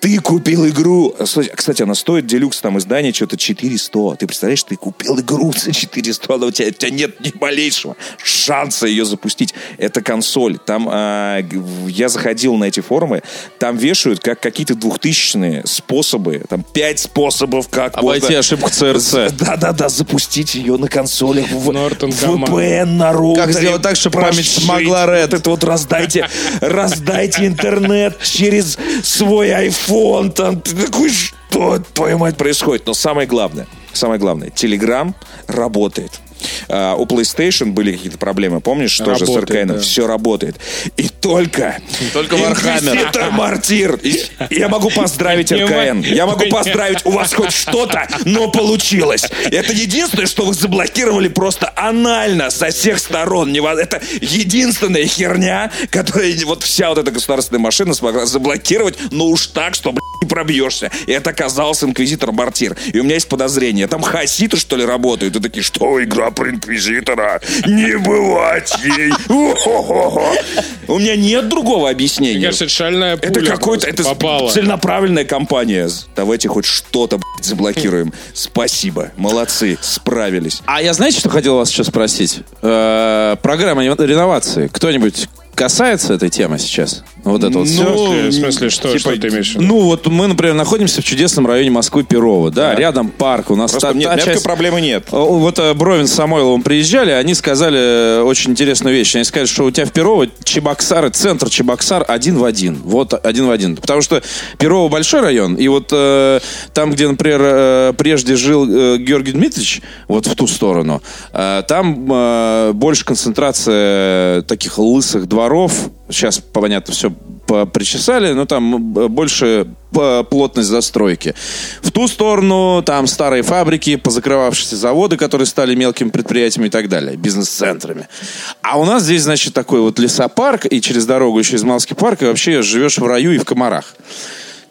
Speaker 4: Ты купил игру... Слушай, Кстати, она стоит, делюкс там издание, что-то 400. Ты представляешь, ты купил игру за 400, но у тебя, у тебя нет ни малейшего шанса ее запустить. Это консоль. Там а, г- в- я заходил на эти форумы, там вешают как какие-то двухтысячные способы. Там пять способов, как
Speaker 1: Обойти
Speaker 4: можно-
Speaker 1: ошибку ЦРЦ.
Speaker 4: да-да-да, запустить ее на консолях в
Speaker 2: Нортон
Speaker 4: VPN на роутере.
Speaker 1: Как сделать так, чтобы память
Speaker 4: пошить.
Speaker 1: смогла Red?
Speaker 4: Вот это вот раздайте, раздайте интернет через свой iPhone. Там ты такой, что, твою мать, происходит? Но самое главное, самое главное, Telegram работает. А, у PlayStation были какие-то проблемы, помнишь, что же с
Speaker 2: Работает,
Speaker 4: Аркаином?
Speaker 2: да.
Speaker 4: Все работает. И только...
Speaker 1: Только Warhammer.
Speaker 4: Инквизитор Мартир. И- Я могу поздравить РКН. Я могу поздравить, у вас хоть что-то, но получилось. Это единственное, что вы заблокировали просто анально со всех сторон. Не во- Это единственная херня, которая вот вся вот эта государственная машина смогла заблокировать, но уж так, что, блядь, не пробьешься. И это оказался инквизитор Мартир. И у меня есть подозрение. Там хаситы, что ли, работают? И такие, что, игра про инквизитора? Не бывать ей! О-хо-хо-хо. У меня нет другого объяснения.
Speaker 2: Мне кажется, это шальная пуля.
Speaker 4: Это какой-то
Speaker 2: просто
Speaker 4: это
Speaker 2: попала.
Speaker 4: целенаправленная кампания. Давайте хоть что-то блядь, заблокируем. Спасибо. Молодцы, справились.
Speaker 1: А я знаете, что хотел вас еще спросить? Э, Программа ре- реновации. Кто-нибудь касается этой темы сейчас? Ну, Вот это вот
Speaker 2: В
Speaker 1: все?
Speaker 2: смысле, Ну, в смысле, что,
Speaker 4: типа,
Speaker 2: что ты имеешь в виду?
Speaker 1: Ну, вот мы, например, находимся в чудесном районе Москвы Перова. Да, рядом парк. У нас
Speaker 4: Просто
Speaker 1: та-
Speaker 4: нет,
Speaker 1: та
Speaker 4: мягкой
Speaker 1: часть-
Speaker 4: проблемы нет.
Speaker 1: Э, Вот э, Бровин с Самойловым приезжали, они сказали э, очень интересную вещь. Они сказали, что у тебя в Перово Чебоксары, центр Чебоксар один в один. Вот один в один. Потому что Перово большой район, и вот э, там, где, например, э, прежде жил э, Георгий Дмитриевич, вот в ту сторону, э, там э, больше концентрация таких лысых дворов. Сейчас, понятно, все по- причесали, но там э, больше э, плотность застройки. В ту сторону там старые фабрики, позакрывавшиеся заводы, которые стали мелкими предприятиями и так далее, бизнес-центрами. А у нас здесь, значит, такой вот лесопарк, и через дорогу еще Измайловский парк, и вообще живешь в раю и в комарах.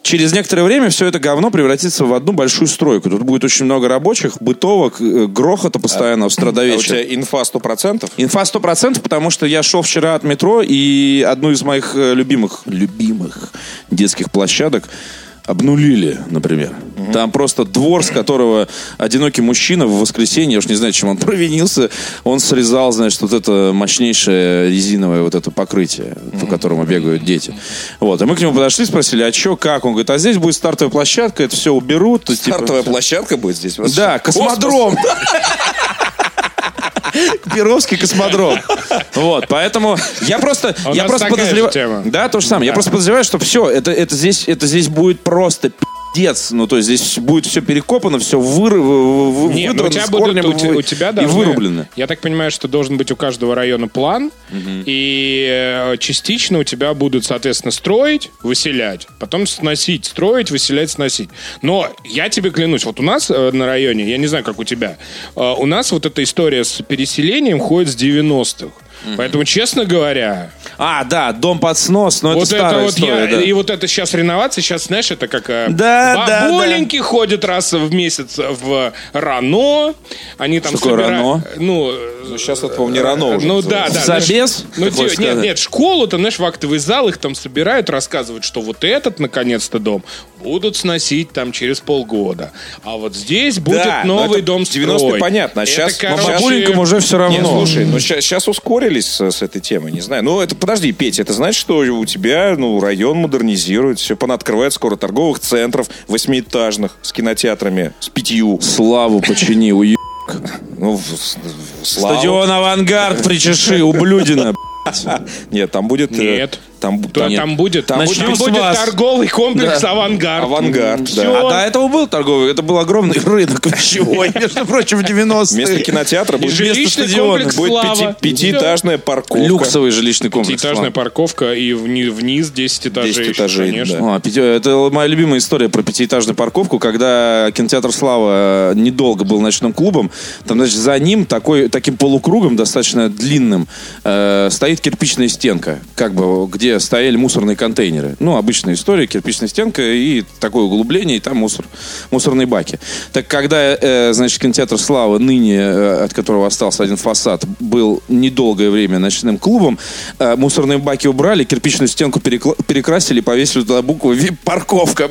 Speaker 1: Через некоторое время все это говно превратится в одну большую стройку. Тут будет очень много рабочих, бытовок, э, грохота постоянного с утра до
Speaker 4: А у
Speaker 1: вечера.
Speaker 4: тебя инфа 100%?
Speaker 1: Инфа 100%, потому что я шел вчера от метро, и одну из моих э, любимых, любимых детских площадок обнулили, например. Там просто двор, с которого одинокий мужчина в воскресенье, я уж не знаю, чем он провинился, он срезал, значит, вот это мощнейшее резиновое вот это покрытие, по которому бегают дети. Вот. И мы к нему подошли, спросили, а что, как? Он говорит, а здесь будет стартовая площадка, это все уберут. то есть, типа,
Speaker 4: Стартовая площадка будет здесь?
Speaker 1: да, космодром. Перовский космодром. Вот, поэтому я просто,
Speaker 2: А у
Speaker 1: я
Speaker 2: нас
Speaker 1: просто
Speaker 2: такая же тема.
Speaker 1: подозреваю, да, то же самое. Я просто подозреваю, что все, это это здесь, это здесь будет просто пиздец. Ну то есть здесь будет все перекопано, все выры, вы- вы-
Speaker 2: Не, ну
Speaker 1: выдрано
Speaker 2: у тебя
Speaker 1: с
Speaker 2: будут-
Speaker 1: корнем
Speaker 2: у те-
Speaker 1: вы-
Speaker 2: у тебя
Speaker 1: и
Speaker 2: должны-
Speaker 1: вырублено.
Speaker 2: Я так понимаю, что должен быть у каждого района план, и э, частично у тебя будут, соответственно, строить, выселять, потом сносить, строить, выселять, сносить. Но я тебе клянусь, вот у нас э, на районе, я не знаю, как у тебя, э, у нас вот эта история с переселением ходит с 90-х. Поэтому, честно говоря,
Speaker 1: А, да, дом под снос, но это
Speaker 2: вот это
Speaker 1: старая
Speaker 2: вот я-
Speaker 1: история. да.
Speaker 2: и вот это сейчас реновация, сейчас, знаешь, это как э,
Speaker 1: Да, да, да.
Speaker 2: бабуленьки ходят раз в месяц в Рано, они там
Speaker 1: Что такое
Speaker 2: собира-
Speaker 1: Рано?
Speaker 2: Ну,
Speaker 4: Сейчас это, по-моему, не рано уже.
Speaker 2: ну да, да. знаешь,
Speaker 1: Забес?
Speaker 2: Ну,
Speaker 1: Как
Speaker 2: те-
Speaker 1: вы
Speaker 2: нет,
Speaker 1: сказали.
Speaker 2: нет, школу-то, знаешь, в актовый зал их там собирают, рассказывают, что вот этот, наконец-то, дом будут сносить там через полгода. А вот здесь будет
Speaker 4: Да, но
Speaker 2: новый
Speaker 4: это
Speaker 2: дом
Speaker 4: 90-е
Speaker 2: строй.
Speaker 4: понятно, а
Speaker 2: Это,
Speaker 4: щас-
Speaker 2: короче,
Speaker 4: сейчас-
Speaker 1: Бабуленькам уже все равно.
Speaker 4: Не, слушай, ну сейчас ускорились с, с этой темой, не знаю. Ну, это подожди, Петя, это значит, что у тебя ну, район модернизирует, все понаоткрывает скоро торговых центров восьмиэтажных с кинотеатрами, с пятью.
Speaker 1: Славу почини, уеб.
Speaker 4: Ну, в- с- в- слава.
Speaker 1: Стадион «Авангард» причеши, ублюдина.
Speaker 4: Нет, там будет... э,
Speaker 2: Нет.
Speaker 4: Там,
Speaker 2: то-
Speaker 4: там-
Speaker 2: там будет,
Speaker 1: там
Speaker 2: там будет,
Speaker 1: начнем с вас.
Speaker 2: торговый комплекс «Авангард».
Speaker 4: авангард, да.
Speaker 2: Всё.
Speaker 1: А до этого был торговый, это был огромный рынок вещевой, между прочим, в 90-е.
Speaker 4: Вместо кинотеатра
Speaker 2: И
Speaker 4: будет,
Speaker 2: жилищный
Speaker 1: стадиона
Speaker 2: комплекс
Speaker 4: будет
Speaker 2: «Слава».
Speaker 4: пяти- пятиэтажная парковка.
Speaker 1: Люксовый жилищный комплекс.
Speaker 2: Пятиэтажная парковка и вниз, вниз 10 этажей.
Speaker 4: 10
Speaker 2: ещё,
Speaker 4: этажей,
Speaker 2: конечно.
Speaker 4: да.
Speaker 1: А, пяти- Это моя любимая история про пятиэтажную парковку, когда кинотеатр «Слава» э, недолго был ночным клубом. Там, значит, за ним такой, таким полукругом, достаточно длинным, э, стоит кирпичная стенка, как бы, где стояли мусорные контейнеры. Ну, обычная история, кирпичная стенка и такое углубление, и там мусор, мусорные баки. Так когда, э, значит, кинотеатр «Слава», ныне, э, от которого остался один фасад, был недолгое время ночным клубом, э, мусорные баки убрали, кирпичную стенку перекла- перекрасили, повесили туда букву «Вип-парковка».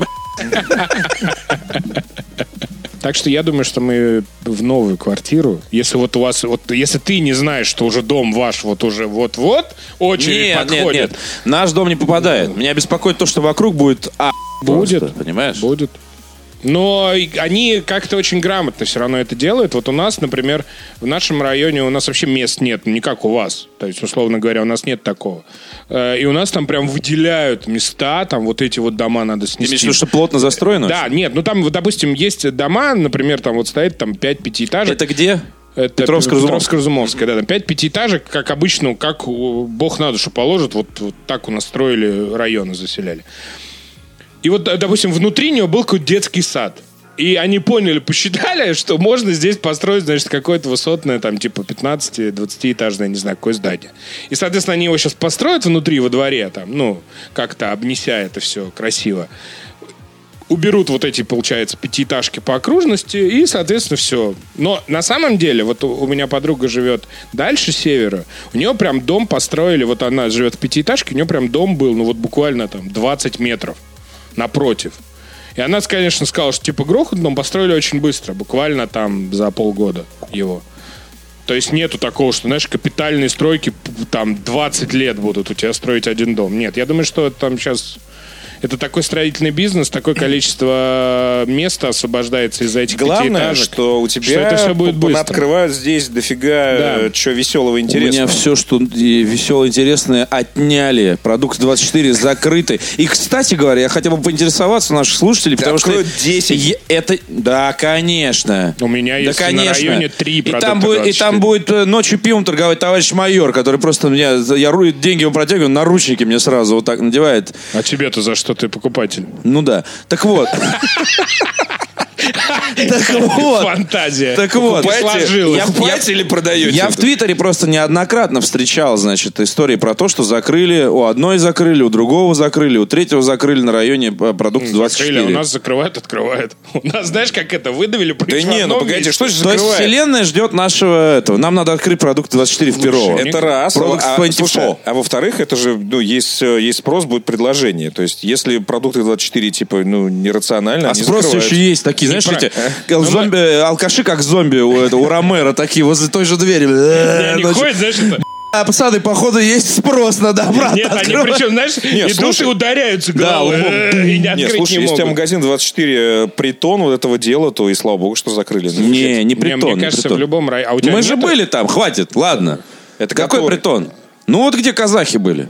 Speaker 2: Так что я думаю, что мы в новую квартиру. Если вот у вас, вот если ты не знаешь, что уже дом ваш вот уже вот-вот, очередь подходит.
Speaker 1: Наш дом не попадает. Меня беспокоит то, что вокруг будет а...
Speaker 2: Будет.
Speaker 1: просто, понимаешь?
Speaker 2: Будет. Но и- они как-то очень грамотно все равно это делают. Вот у нас, например, в нашем районе у нас вообще мест нет, ну, не как у вас. То есть, условно говоря, у нас нет такого. Э, И у нас там прям выделяют места, там вот эти вот дома надо
Speaker 1: Ты
Speaker 2: снести.
Speaker 1: имеешь в виду, что плотно застроено?
Speaker 2: Да, нет, ну там, вот, допустим, есть дома, например, там вот стоит там 5 пятиэтажек.
Speaker 1: Это где?
Speaker 2: Это
Speaker 1: Петровско-Разумовская.
Speaker 2: Петровско-Разумовская, да. Там пять пятиэтажек, как обычно, как у- бог на душу положит, вот, вот так у нас строили районы, заселяли. И вот, э, допустим, внутри него был какой-то детский сад. И они поняли, посчитали, что можно здесь построить, значит, какое-то высотное, там, типа 15-20-этажное, не знаю, какое здание. И, соответственно, они его сейчас построят внутри, во дворе, там, ну, как-то обнеся это все красиво уберут вот эти, получается, пятиэтажки по окружности, и, соответственно, все. Но на самом деле, вот у, у меня подруга живет дальше севера, у нее прям дом построили, вот она живет в пятиэтажке, у нее прям дом был, ну вот буквально там 20 метров напротив. И она, конечно, сказала, что типа грохот, но построили очень быстро, буквально там за полгода его. То есть нету такого, что, знаешь, капитальные стройки п- там 20 лет будут у тебя строить один дом. Нет, я думаю, что это там сейчас Это такой строительный бизнес, такое количество а, места освобождается из-за этих
Speaker 4: Главное,
Speaker 2: пятиэтажек,
Speaker 4: что у тебя
Speaker 2: это все будет
Speaker 4: п-
Speaker 2: быстро.
Speaker 4: открывают здесь дофига
Speaker 2: Да.
Speaker 4: э, чего веселого
Speaker 1: У меня
Speaker 4: интересного.
Speaker 1: все, что веселое, интересное, отняли. Продукты 24 закрыты. И, кстати говоря, я хотел бы поинтересоваться у наших слушателей, потому что...
Speaker 4: откроют 10.
Speaker 1: Е- Это... Да, конечно.
Speaker 2: У меня есть
Speaker 1: да,
Speaker 2: на
Speaker 1: конечно.
Speaker 2: районе три
Speaker 1: и
Speaker 2: продукта
Speaker 1: там будет, И
Speaker 2: 24.
Speaker 1: там будет э, ночью пивом торговать товарищ майор, который просто меня... за- Я ру- деньги ему протягиваю, наручники мне сразу вот так надевает.
Speaker 2: А тебе-то за что ты покупатель?
Speaker 1: Ну да. Так вот. Так вот.
Speaker 2: Фантазия.
Speaker 1: Так вот.
Speaker 2: Покупайте. сложилось.
Speaker 1: Я- я-
Speaker 4: или продаете?
Speaker 1: Я в Твиттере просто неоднократно встречал, значит, истории про то, что закрыли, у одной закрыли, у другого закрыли, у третьего закрыли на районе э, продуктов 24.
Speaker 2: Закрыли, а у нас закрывают, открывают. У нас, знаешь, как это, выдавили
Speaker 4: Да
Speaker 2: прыгать в
Speaker 4: не, ну
Speaker 2: одном
Speaker 4: погоди,
Speaker 2: месте.
Speaker 4: что же
Speaker 1: То есть
Speaker 4: закрывает?
Speaker 1: вселенная ждет нашего этого. Нам надо открыть продукты 24 в Перово.
Speaker 4: Это раз.
Speaker 1: Product
Speaker 4: а,
Speaker 1: 24.
Speaker 4: слушай, а во-вторых, это же, ну, есть, э, есть спрос, будет предложение. То есть, если продукты 24, типа, ну, нерационально,
Speaker 1: А
Speaker 4: они
Speaker 1: спрос все
Speaker 4: закрываются.
Speaker 1: еще есть такие, знаешь,
Speaker 2: Неправильно.
Speaker 1: эти
Speaker 2: Ну,
Speaker 1: э, зомби, э, алкаши как зомби у, этого, у Ромера такие возле той же двери. Э,
Speaker 2: Они
Speaker 1: значит,
Speaker 2: ходят, знаешь, это...
Speaker 1: А, пацаны, походу, есть спрос, надо обратно
Speaker 2: Нет, они
Speaker 1: открывать.
Speaker 2: причем, знаешь, идут
Speaker 4: слушай.
Speaker 2: и ударяются
Speaker 1: Да,
Speaker 2: головой.
Speaker 1: лбом.
Speaker 2: э, И не
Speaker 4: Нет,
Speaker 2: открыть
Speaker 4: слушай,
Speaker 2: не
Speaker 4: если у тебя
Speaker 2: могут.
Speaker 4: магазин 24 э, притон вот этого дела, то и слава богу, что закрыли. Ну,
Speaker 1: Не, не
Speaker 2: Не,
Speaker 1: притон.
Speaker 2: Мне
Speaker 1: не
Speaker 2: кажется, в
Speaker 1: притон.
Speaker 2: любом районе... А у тебя
Speaker 1: Мы же
Speaker 2: нету?
Speaker 1: были там, хватит, ладно.
Speaker 4: Это
Speaker 1: Какой
Speaker 4: который?
Speaker 1: притон? Ну вот где казахи были.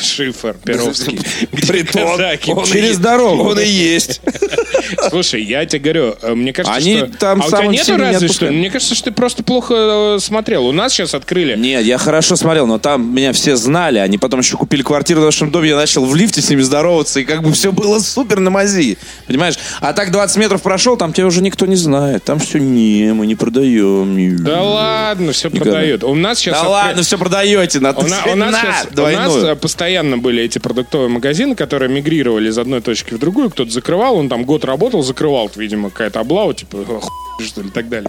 Speaker 2: Шифр Перовский. Где
Speaker 4: Притон.
Speaker 2: казаки?
Speaker 4: Он
Speaker 1: Через
Speaker 4: и-
Speaker 1: дорогу.
Speaker 4: Он и есть.
Speaker 2: Слушай, я тебе говорю, э, мне кажется,
Speaker 1: Они
Speaker 2: что...
Speaker 1: там
Speaker 2: а у тебя
Speaker 1: самым
Speaker 2: нету
Speaker 1: сильным не
Speaker 2: разве что?
Speaker 1: отпускают.
Speaker 2: Мне кажется, что ты просто плохо э, смотрел. У нас сейчас открыли.
Speaker 1: Нет, я хорошо смотрел, но там меня все знали. Они потом еще купили квартиру в нашем доме. Я начал в лифте с ними здороваться, и как бы все было супер на мази. Понимаешь? А так 20 метров прошел, там тебя уже никто не знает. Там все, не, мы не продаем. не».
Speaker 2: Да ладно, все
Speaker 1: Никогда.
Speaker 2: продают. У нас сейчас...
Speaker 1: Да
Speaker 2: откры-
Speaker 1: ладно, все продаете. На,
Speaker 2: У, на- у
Speaker 1: на,
Speaker 2: нас сейчас- у
Speaker 1: двойную.
Speaker 2: нас, э, постоянно были эти продуктовые магазины, которые мигрировали из одной точки в другую. Кто-то закрывал, он там год работал, закрывал, видимо, какая-то облава, типа, «Охуеть», что ли, и так далее.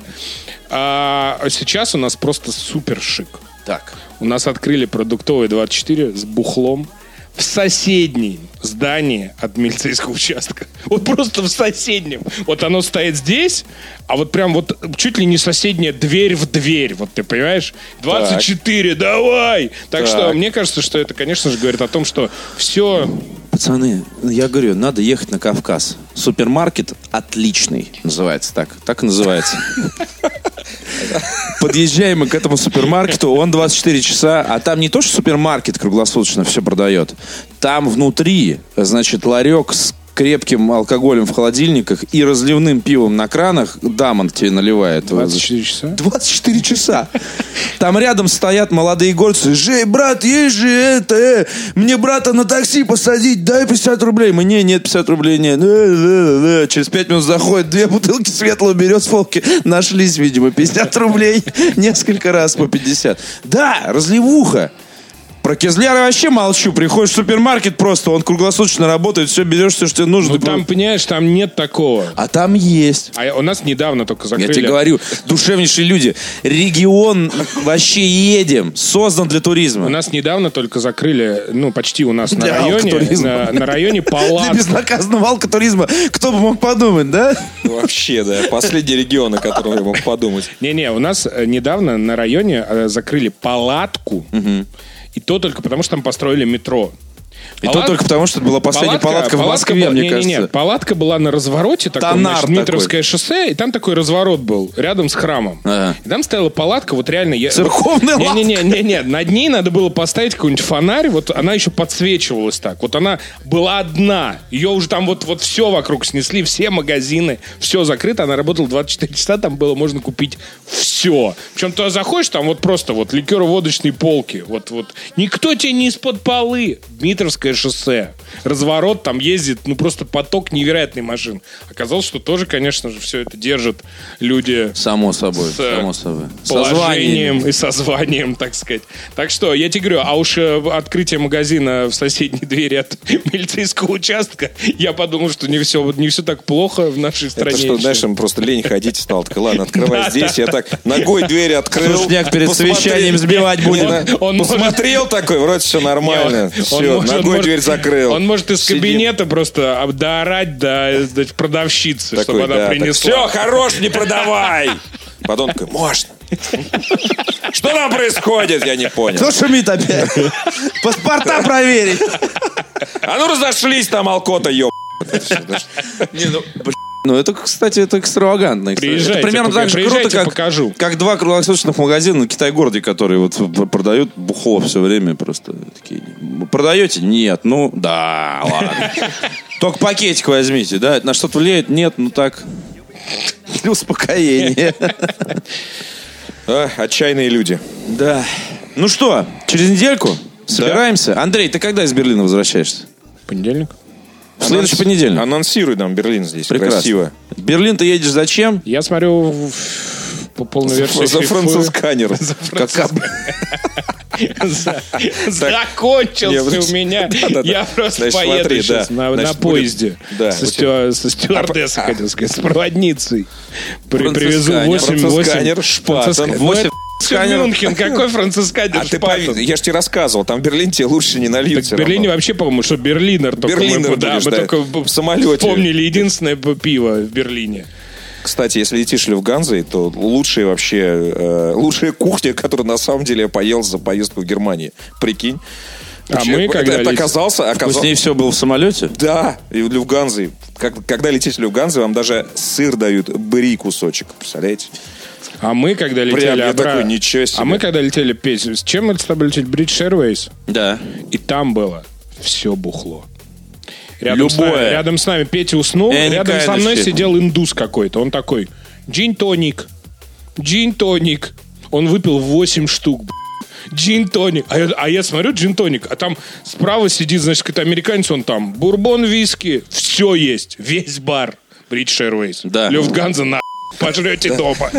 Speaker 2: А сейчас у нас просто супер шик.
Speaker 1: Так.
Speaker 2: У нас открыли продуктовые 24 с бухлом в соседнем здании от милицейского участка. Вот просто в соседнем. Вот оно стоит здесь, а вот прям вот чуть ли не соседняя дверь в дверь. Вот ты понимаешь? 24, давай! Так, что мне кажется, что это, конечно же, говорит о том, что все...
Speaker 1: Пацаны, ну, я говорю, надо ехать на Кавказ. Супермаркет отличный. Называется так. Так и называется. Подъезжаем мы к этому супермаркету, он 24 часа, а там не то, что супермаркет круглосуточно все продает, там внутри, значит, ларек с крепким алкоголем в холодильниках и разливным пивом на кранах, дамон тебе наливает.
Speaker 2: 24 часа?
Speaker 1: 24 часа. Там рядом стоят молодые горцы. Жей, брат, есть же это. э, мне брата на такси посадить, дай 50 рублей. Мне нет 50 рублей, нет. Э, э, э. Через 5 минут заходит две бутылки светлого берет с полки. Нашлись, видимо, 50 рублей. Несколько раз по 50. Да, разливуха. Про Кизляра вообще молчу. Приходишь в супермаркет просто, он круглосуточно работает, все берешь, все, что тебе нужно.
Speaker 2: Ну, там, понимаешь, там нет такого.
Speaker 1: А там есть.
Speaker 2: А я- у нас недавно только закрыли.
Speaker 1: Я тебе говорю, душевнейшие люди. Регион вообще едем. Создан для
Speaker 2: У
Speaker 1: туризма.
Speaker 2: нас недавно только закрыли, ну, почти у нас на
Speaker 1: Для
Speaker 2: районе,
Speaker 1: алкотуризма.
Speaker 2: на, на районе
Speaker 1: Для
Speaker 2: палат.
Speaker 1: безнаказанного алкотуризма. Кто бы мог подумать, да?
Speaker 4: Вообще, да. Последний регион, о котором я мог подумать.
Speaker 2: Не-не, у нас э, недавно на районе э, закрыли палатку, и то только потому, что там построили метро.
Speaker 1: И то только потому, что это была последняя палатка в Москве,
Speaker 2: была-
Speaker 1: мне
Speaker 2: не-не-не,
Speaker 1: кажется.
Speaker 2: палатка была на развороте, таком,
Speaker 1: Тонар
Speaker 2: значит,
Speaker 1: такой.
Speaker 2: Дмитровское шоссе, и там такой разворот был, рядом с храмом.
Speaker 1: Ага.
Speaker 2: И там стояла палатка, вот реально... Я...
Speaker 1: Церковная лавка.
Speaker 2: Не-не-не, над ней надо было поставить какой-нибудь фонарь, вот она еще подсвечивалась так. Вот она была одна, ее уже там вот, вот все вокруг снесли, все магазины, все закрыто, она работала 24 часа, там было можно купить все. Причем туда заходишь, там вот просто вот ликероводочные полки, вот, вот. Никто тебе не из-под полы. Дмитровское шоссе. Разворот, там ездит, ну просто поток невероятный машин. Оказалось, что тоже, конечно же, все это держат люди
Speaker 1: Само собой,
Speaker 2: с э,
Speaker 1: само собой. Со званиями.
Speaker 2: положением и созванием, так сказать. Так что, я тебе говорю, а уж э, открытие магазина в соседней двери от милицейского участка, я подумал, что не все, не все так плохо в нашей стране.
Speaker 4: Это что,
Speaker 2: еще.
Speaker 4: знаешь, им просто лень ходить стал. Так, ладно, открывай здесь. Я так ногой дверь открыл.
Speaker 1: Слушняк перед
Speaker 4: посмотрел.
Speaker 1: совещанием сбивать будет.
Speaker 4: Не, да,
Speaker 2: Он может-
Speaker 4: Посмотрел такой, вроде все
Speaker 2: Не, он-
Speaker 4: нормально.
Speaker 2: он
Speaker 4: Все,
Speaker 2: может- он
Speaker 4: ногой
Speaker 2: может-
Speaker 4: дверь закрыл.
Speaker 2: Он может из
Speaker 4: Сидим.
Speaker 2: кабинета просто об- доорать до значит, продавщицы, чтобы
Speaker 4: Такой,
Speaker 2: она
Speaker 4: да, так,
Speaker 2: принесла.
Speaker 4: Все, хорош, не продавай. Потом такой, можно. Что там происходит, я не понял.
Speaker 1: Кто шумит опять? Паспорта проверить.
Speaker 4: А ну разошлись там, алкота, еб.
Speaker 1: Ну, это, кстати, это экстравагантно.
Speaker 2: Приезжайте,
Speaker 1: это примерно
Speaker 2: пока-
Speaker 1: так же
Speaker 2: приезжайте,
Speaker 1: круто, как,
Speaker 2: покажу.
Speaker 1: как два круглосуточных магазина на Китай-городе, которые вот п- продают бухло все время просто. Такие, продаете? Нет. Ну, да, ладно. Только пакетик возьмите, да? На что-то влияет? Нет, ну так. Для успокоения.
Speaker 4: А, отчаянные люди.
Speaker 1: Да. Ну что, через недельку собираемся. Андрей, ты когда из Берлина возвращаешься?
Speaker 2: Понедельник?
Speaker 1: В следующий понедельник.
Speaker 4: Анонсируй нам Берлин здесь.
Speaker 1: Прекрасно.
Speaker 4: Красиво.
Speaker 1: В Берлин ты едешь зачем?
Speaker 2: Я смотрю в- в- по полной версии.
Speaker 4: За францисканер.
Speaker 1: Как об-
Speaker 2: Закончился у меня.
Speaker 4: да, да.
Speaker 2: Я просто
Speaker 4: Значит,
Speaker 2: поеду
Speaker 4: смотри,
Speaker 2: сейчас
Speaker 4: да.
Speaker 2: на на
Speaker 4: Значит,
Speaker 2: поезде.
Speaker 4: Да, А,
Speaker 2: Со
Speaker 4: вот
Speaker 2: стю- со стюардессой, хотел сказать, с проводницей. При-
Speaker 1: Францисканер,
Speaker 2: Привезу 8
Speaker 4: францисканер, шпатен, восемь
Speaker 1: сканеров.
Speaker 2: Мюнхен, какой францисканер
Speaker 4: А ты
Speaker 2: шпатен?
Speaker 4: поверь, я же тебе рассказывал, там в Берлине тебе лучше не нальют.
Speaker 2: Так в
Speaker 4: всё
Speaker 2: Берлине
Speaker 4: равно.
Speaker 2: вообще, по-моему, что Берлинер только
Speaker 4: Берлинер
Speaker 2: мы, да,
Speaker 4: будешь,
Speaker 2: мы
Speaker 4: да,
Speaker 2: только
Speaker 4: в самолете.
Speaker 2: вспомнили единственное п- пиво в Берлине.
Speaker 4: Кстати, если летишь в Ганзой, то лучшая вообще, э, лучшая кухня, которую на самом деле я поел за поездку в Германии. Прикинь.
Speaker 2: А
Speaker 4: Вообще,
Speaker 2: мы
Speaker 4: это-
Speaker 2: когда
Speaker 4: это
Speaker 2: летим-
Speaker 4: оказался, оказался...
Speaker 1: Вкуснее все было в самолете?
Speaker 4: Да, и в Люфганзе. Как, когда летите в Люфганзе, вам даже сыр дают, бри кусочек, представляете?
Speaker 2: А мы, когда летели
Speaker 4: я
Speaker 2: обратно-
Speaker 4: такой, ничего себе.
Speaker 2: А мы, когда летели петь, с чем мы с тобой летели? Бридж Airways.
Speaker 1: Да.
Speaker 2: И там было все бухло. Рядом С нами,
Speaker 1: Любое.
Speaker 2: рядом с нами Петя уснул,
Speaker 1: Я не
Speaker 2: рядом со
Speaker 1: каюсь.
Speaker 2: мной сидел индус какой-то. Он такой, джин-тоник, джин-тоник. Он выпил 8 штук, б***ь. Джин-тоник. А я, а я смотрю, джин-тоник, а там справа сидит, значит, какой-то американец, он там, бурбон, виски, все есть, весь бар. Бридж Airways.
Speaker 1: Да.
Speaker 2: Люфтганза на пожрете дома.